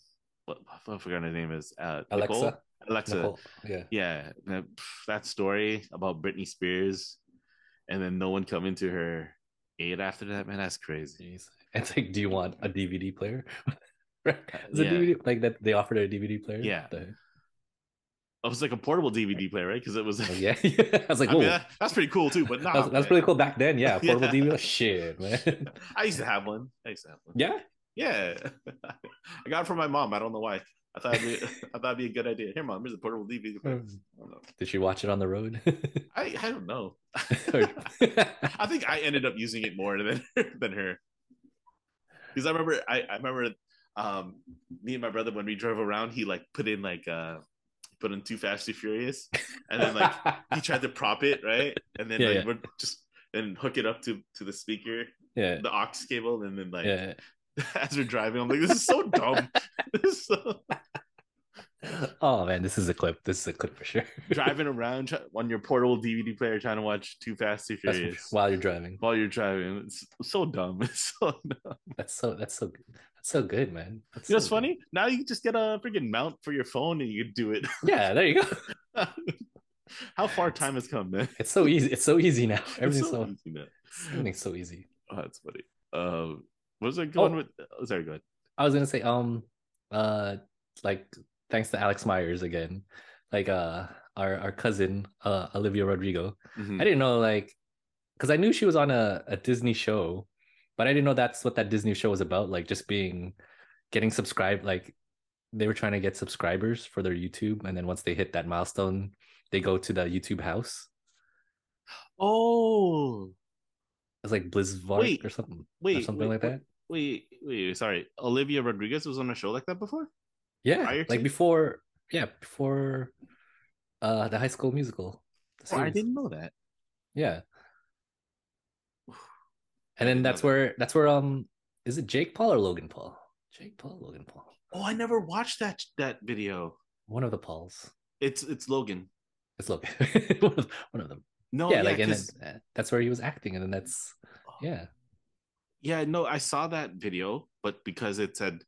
what I forgot her name is uh, Nicole? Alexa, Alexa, Nicole, yeah. yeah, that, pff, that story about Britney Spears, and then no one coming to her aid after that, man, that's crazy. Jeez. It's like, do you want a DVD player? [laughs] Right? Is Uh, Yeah. a DVD like that? They offered a DVD player. Yeah. The- It was Oh, like a portable DVD player, right? Because it was [laughs] oh, like, yeah. [laughs] I was like, I whoa, mean, that- that's pretty cool [laughs] too, but nah, that's, that's man. pretty cool back then. Yeah, [laughs] Yeah. portable DVD. Shit, man. [laughs] I used to have one. I used to have one. yeah. Yeah, [laughs] I got it from my mom. I don't know why. I thought it'd be, [laughs] I thought it'd be a good idea. Here, mom, here's a portable DVD. player. I don't know. Did she watch it on the road? [laughs] I, I don't know. [laughs] Or- I think I ended up using it more than [laughs] than her. Because I remember I, I remember um me and my brother when we drove around, he like put in like uh put in too fast, too furious, and then like he tried to prop it, right? And then Yeah, like yeah. we're just and hook it up to to the speaker, [laughs] yeah, the aux cable, and then like yeah. [laughs] as we're driving, I'm like, this is so [laughs] dumb. [laughs] this is so Oh man, this is a clip. This is a clip for sure. [laughs] driving around try- on your portable DVD player trying to watch Too Fast, Too That's- Furious. while you're driving. While you're driving, it's so dumb. [laughs] It's so dumb. That's so. That's so. good. That's so good, man. That's You know what's so funny? Now you just get a freaking mount for your phone and you can do it. [laughs] good. Yeah, there you go. [laughs] How far time has come, man. [laughs] It's so easy. It's so easy now. It's Everything's so. easy now. Everything's so easy. Oh, that's funny. Um, what was I going Oh. with? Oh, sorry, go ahead. I was gonna say, um, uh, like thanks to Alex Myers again, like uh, our our cousin uh Olivia Rodrigo. Mhm. I didn't know like, cause I knew she was on a a Disney show, but I didn't know that's what that Disney show was about. Like just being, getting subscribed. Like they were trying to get subscribers for their YouTube, and then once they hit that milestone, they go to the YouTube house. Oh, It's like Blizzvark Wait, or something, or wait, something like wait, that. Wait, wait, sorry. Olivia Rodriguez was on a show like that before? Oh, Yeah, prior like to- before. Yeah, before uh the High School Musical. the Oh, I series. didn't know that. Yeah. And didn't then know that's that. where that's where um is it Jake Paul or Logan Paul? Jake Paul, Logan Paul. Oh, I never watched that that video. One of the Pauls. It's it's Logan. It's Logan. [laughs] one, of, one of them. No, yeah, like and Oh, 'cause- Oh, then uh, that's where he was acting, and then that's yeah. yeah, no, I saw that video, but because it said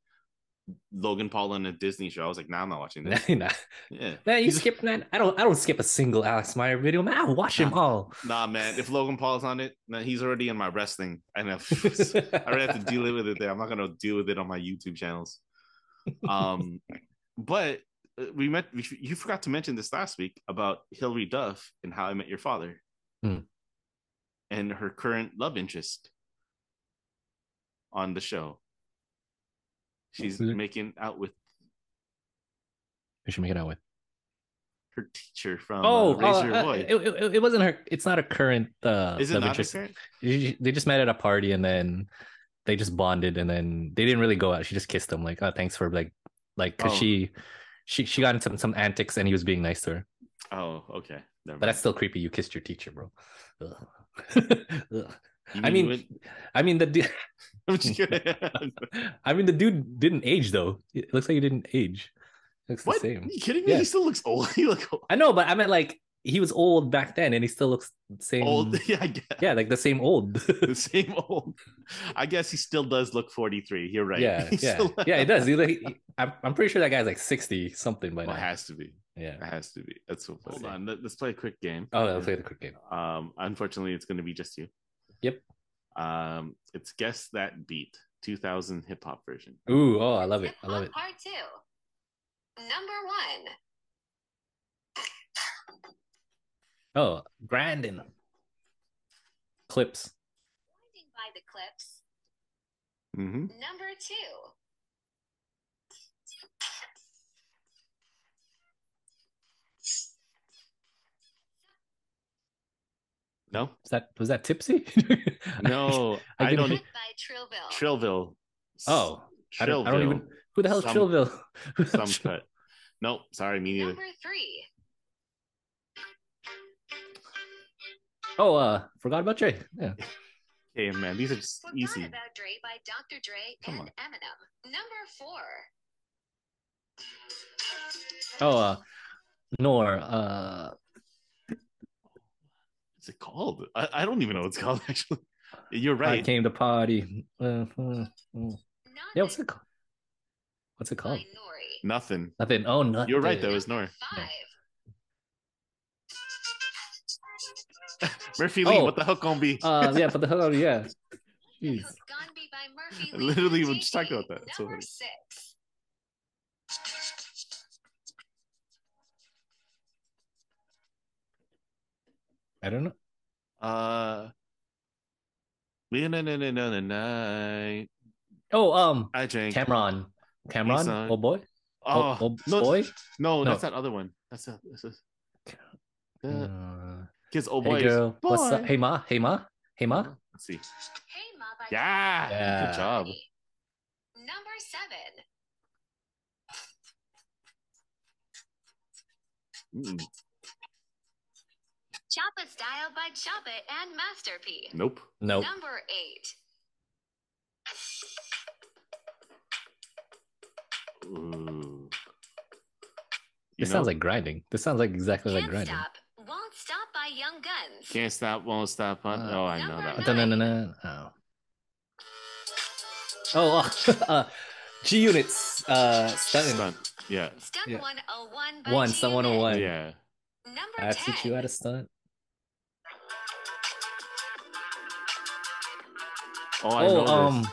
Logan Paul on a Disney show, I was like, nah, I'm not watching Nah, [laughs] this. nah. yeah, Nah, you He's- skip man. I don't I don't skip a single Alex Meyer video, man. I watch them Nah. all. nah, man. If Logan Paul's on it, nah, he's already in my wrestling. [laughs] I know. [laughs] I already have to deal with it there. I'm not gonna deal with it on my YouTube channels. Um, but uh, we met. We, you forgot to mention this last week about Hilary Duff and How I Met Your Father, Hmm. and her current love interest on the show. She's Who's it? making out with We should make it out with. her teacher from oh, uh, Raise uh, Your uh, Voice. it, it, it wasn't her. It's not a current. Uh, Is it love not interest. a parent? They they just met at a party and then they just bonded and then they didn't really go out. She just kissed him like, oh, thanks for like, like, cause Oh. she, she, she got into some, some antics and he was being nice to her. Oh, okay. Never But mind. that's still creepy. You kissed your teacher, bro. Ugh. [laughs] Ugh. You I mean, I mean the du- [laughs] I'm just kidding. [laughs] I mean the dude didn't age though. It looks like he didn't age. It looks what? the same. you kidding me? Yeah. He still looks old. [laughs] He look old. I know, but I meant like he was old back then and he still looks the same. old. [laughs] Yeah, I guess. [laughs] Yeah, like the same old. [laughs] the same old. I guess he still does look 43. You're right. Yeah, [laughs] He's yeah, still- yeah. It does. He, like, he- I'm, I'm pretty sure that guy's like sixty something by Well, it now. has to be. Yeah. It has to be. That's so funny. Let's Hold see. on. Let, us play a quick game. Oh, let's play the quick game. Um, unfortunately, it's going to be just you. Yep. Um, it's guess that beat 2000 hip hop version. Ooh, oh, I love it. I love On it. Part two. Number one. Oh, Grandin. Clips. Blinding by the clips. Mm-hmm. Number two. No, Is that was that tipsy? no, [laughs] I I, give don't. e-, you- Hit by Trillville. Trillville. S- Oh, I don't, I don't even. [laughs] Trillville. Who the hell's Some- Trillville? Who the Some hell's Trill- cut. Nope. Sorry, me neither. Number three. [laughs] Oh, uh, forgot about Trey. Yeah. Hey, man, these are just Forgot easy. About Dre by Dr. Dre Come and Eminem. Number four. Oh, uh, Nor. Uh, What's it called? I, I don't even know what it's [laughs] called actually. You're I right. came to party. Uh, uh, uh. Not Yeah, what's it called? What's it by called? Nori. Nothing. Nothing. Oh, nothing. You're right, though. It was Number Nori. Five. Murphy Lee, Oh. what the hell gonna be? Uh, yeah, but the hell, yeah. Jeez. Hook Gandhi by Murphy Lee Literally, and we just talked JD. about that. It's so Number funny. six. I don't know. Uh, we in the night, on the night. Oh, um, I drank. Cameron. Cameron, son. oh boy, oh, oh, oh, no, boy. no, No. that's that other one. That's a, that's a, the Uh, kids. Oh boy, hey is girl, what's boy. up? Hey ma, hey ma, hey ma. Let's see. Hey Ma by Yeah, Yeah. good job. Number seven. Mm, Choppa Style by Choppa and Master P. nope. Nope. Number eight. Ooh. You This sounds know, like grinding. This sounds like exactly like Can't grinding. Stop, Won't Stop by Young Guns. can't stop, won't stop. Huh? Uh, oh, I know Number that. nine. one. Dun-dun-dun-dun. Oh. [laughs] Oh, oh, uh, [laughs] G units. Uh, stunning. Stunt. Yeah, Stunt Yeah. 101 by One, G Stunt 101. yeah. Number I 10. teach you how to stunt. Oh, I know oh, this. um.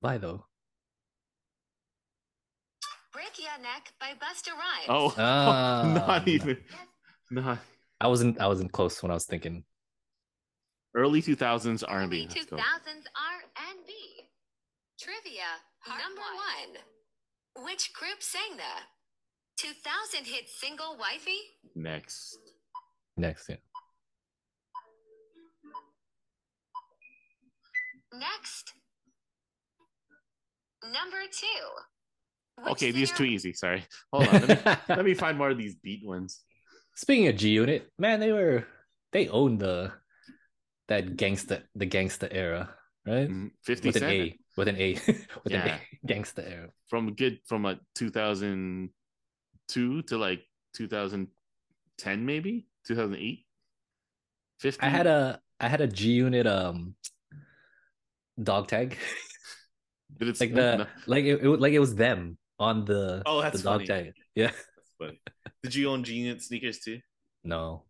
Why [laughs] though? Break Ya Neck by Busta Rhymes. Oh, Ah, [laughs] not even. Not I wasn't. I wasn't close when I was thinking. early 2000s Early R&B. Let's 2000s go. R&B. Trivia number one. Which group sang the 2000 hit single Wifey? Next. Next, yeah. Next. Number two. Which Okay, these too singer- easy. Sorry. Hold on. [laughs] Let me, let me find more of these beat ones. Speaking of G Unit, man, they were they owned the that gangsta the gangsta era, right? Mm, With an 57 A, with an A, [laughs] with an Yeah. A, gangsta era. from a good from a 2002 to like 2010 maybe 2008. 50. I had a I had a G Unit um dog tag, [laughs] Did it like no, the no. like it, it was- like it was them on the Mm-hmm. Oh, the that's dog funny. tag. Yeah, [laughs] That's funny. Did you own Genius sneakers too? no,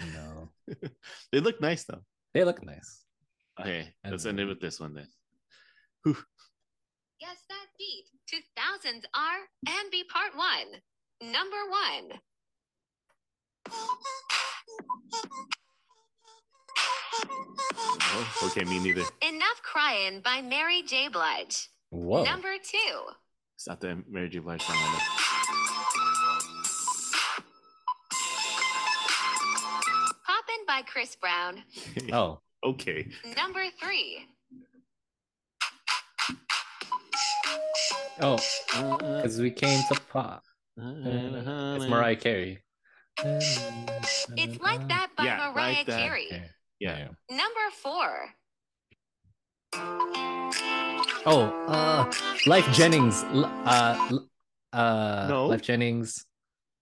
no, They look nice though. they look nice. Okay, I let's don't end it know. with this one then. Guess that beat. 2000s R&B part one. Number one. Oh, okay, me neither. Enough Crying by Mary J. Blige. Whoa, Number two. It's not the Mary J. Blige song. I know. Poppin' by Chris Brown. oh, [laughs] Okay, Number three. oh, because we came to pop. Uh, It's Mariah Carey. Uh, It's Like That by Yeah, Mariah Like That. Carey. Yeah. Yeah. Number four. Oh, uh, Life Jennings. L- Uh, l- uh, No. Life Jennings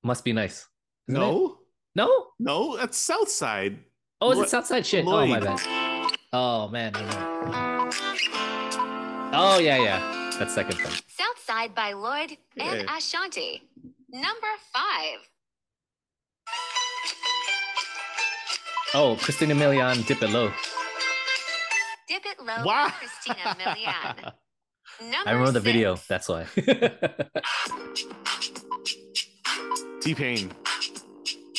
must be nice. isn't it? No, no. no, that's Southside. Oh, is Lloyd- it Southside shit? Oh my Lloyd. bad. Oh man. never mind. Oh yeah, yeah. That's second thing. Southside by Lloyd and Yeah. Ashanti. Number five. Oh, Christina Milian, dip it low. Dip It Low by Why? Christina [laughs] Milian. Number I remember the six. video. That's why. T Pain.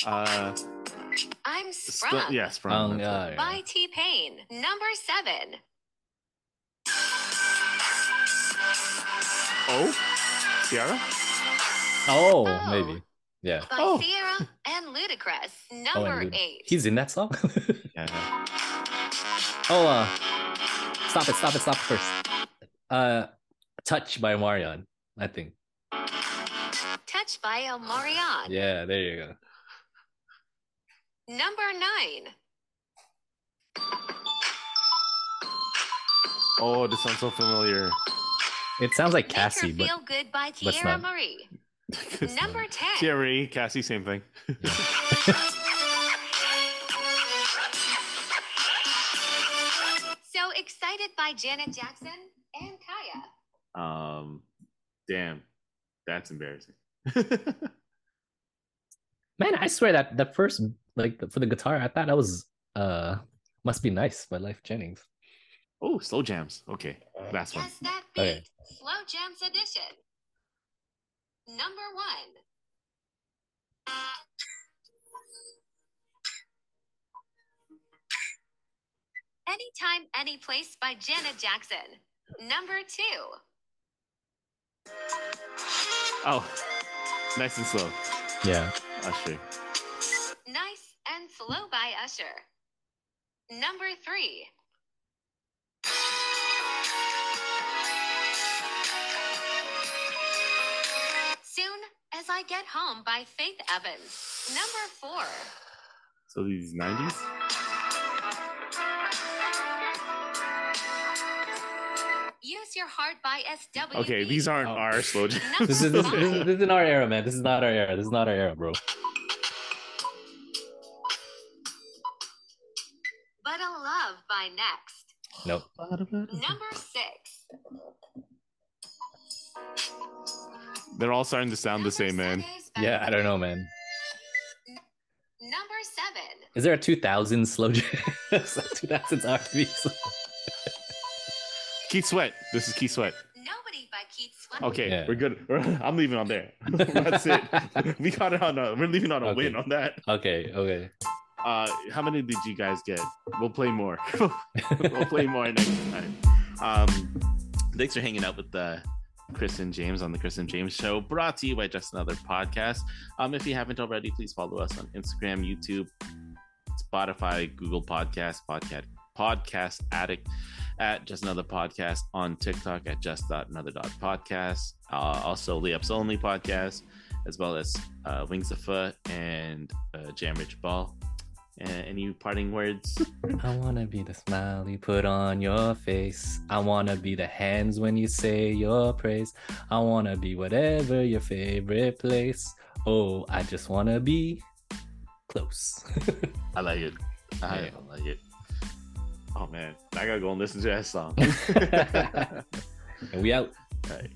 Uh, I'm Spr- Sprung yeah, [laughs] Sprung. um, yeah, yeah. by T Pain. Number seven. Oh, Ciara. Oh, Oh. maybe. Yeah. By Oh. Sierra and Ludacris. Oh, Number and Lud- eight. he's in that song. [laughs] Yeah, yeah. oh, uh, stop it, stop it, stop it first. Uh, Touch by Marion, I think. Touched by El Marion. Yeah, there you go. Number nine. Oh, this sounds so familiar. It sounds like Make Cassie, Her but Feel Good by let's Tierra not. [laughs] Marie. Number 10. Ciara, Marie, Cassie, same thing. So Excited by Janet Jackson and Kaya. Um, damn, that's embarrassing. [laughs] man, I swear that that first like for the guitar, I thought that was uh must be nice by Life Jennings. oh, slow jams. Okay, last one. Guess that beat. Okay. Slow Jams Edition. Number one. Anytime, Any Place by Janet Jackson. Number two. Oh, nice and slow. Yeah. Usher. Nice and Slow by Usher. Number three. Soon as I Get Home by Faith Evans. Number four. So these 90s? Use Your Heart by SW. Okay, these aren't Oh. our slow jams. Number This is this, five. this, is- this isn't our era, man. This is not our era. This is not our era, bro. But a Love by Next. Nope. Number six. They're all starting to sound Number the same, man. Seven is by Yeah, I don't know, man. Number seven. Is there a 2000 slow jam? [laughs] 2000s R&B slow- Keith Sweat. This is Keith Sweat. Nobody by Keith Sweat. Okay, Yeah. we're good. [laughs] We're- I'm leaving on there. [laughs] That's it. We got it on. A, we're leaving on a Okay. win on that. Okay, okay. Uh, how many did you guys get? We'll play more. [laughs] we'll play more next time. Um, thanks for hanging out with uh, Chris and James on the Chris and James Show, brought to you by Just Another Podcast. Um, if you haven't already, please follow us on Instagram, YouTube, Spotify, Google Podcast, Podcast Podcast Addict, at Just Another Podcast on TikTok at Just Another Podcast. Uh, also, Layups Only Podcast, as well as uh, Wings of Foot and uh, Jam Rich Ball. Uh, any parting words? I wanna be the smile you put on your face. I wanna be the hands when you say your praise. I wanna be whatever your favorite place. Oh, I just wanna be [laughs] close. I like it. I Yeah. like it. Oh man, I gotta go and listen to that [laughs] song. and we out. Right.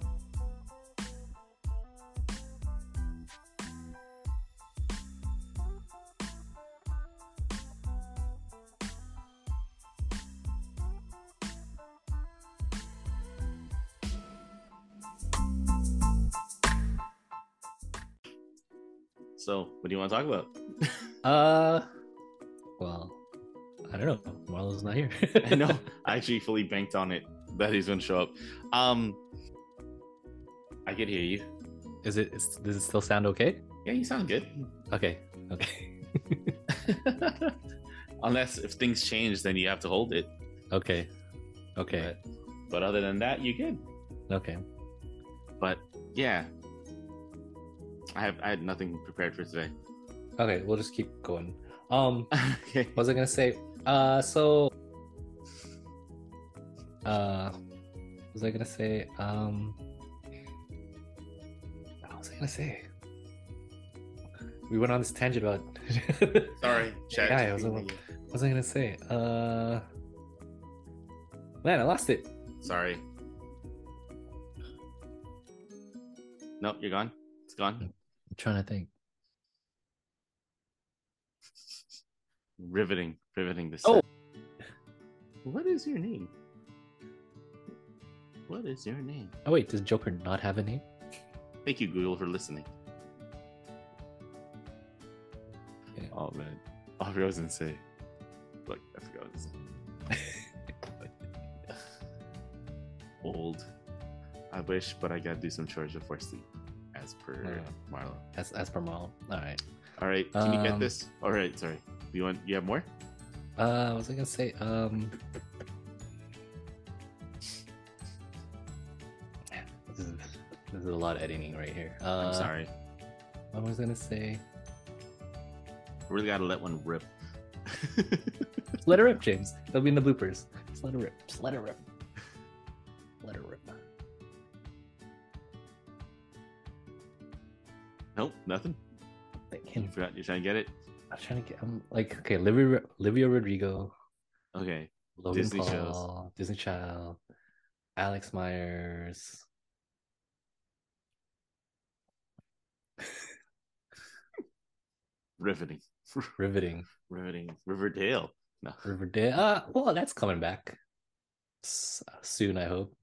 So, what do you want to talk about? Uh, well, I don't know. Marlo's not here. [laughs] [laughs] I know. I actually fully banked on it that he's gonna show up. Um, I can hear you. Is it? Is, does it still sound okay? Yeah, you sound good. [laughs] Okay. Okay. Unless if things change, then you have to hold it. Okay. Okay. But other than that, you're good. Okay. But yeah, I have I had nothing prepared for today. [laughs] Okay. We'll just keep going. Um, okay. what was I gonna say? Uh, so. Uh, what was I gonna say? Um, what was I gonna say? We went on this tangent about. [laughs] Sorry, chat. Yeah, I was a little- What was I gonna say? Uh, man, I lost it. Sorry. Nope, you're gone. It's gone. I'm trying to think. Riveting, riveting this. Oh. What is your name? What is your name? Oh wait, does Joker not have a name? Thank you, Google, for listening. Yeah. Oh man, I forgot what I was gonna say. Look, I forgot what I was gonna say. Old. I wish, but I gotta do some chores before sleep, as per Okay. Marlo. That's as per Marlo. All right. All right, can you get Um, this? All right, sorry. You want? You have more? Uh, what was I gonna say? Um, this is, this is a lot of editing right here. Uh, I'm sorry. What was I gonna say? Really gotta let one rip. [laughs] Just let it rip, James. That'll be in the bloopers. Just let it rip. Just let it rip. Let it rip. nope, nothing. Thank You him. forgot. You're trying to get it. I'm trying to get. I'm like okay. Livia, Livia Rodrigo, Okay. Logan Disney Paul, shows. Disney Child, Alex Myers. Riveting. [laughs] Riveting. Riveting. Riverdale. No. Riverdale. Uh, well, that's coming back S- soon, I hope.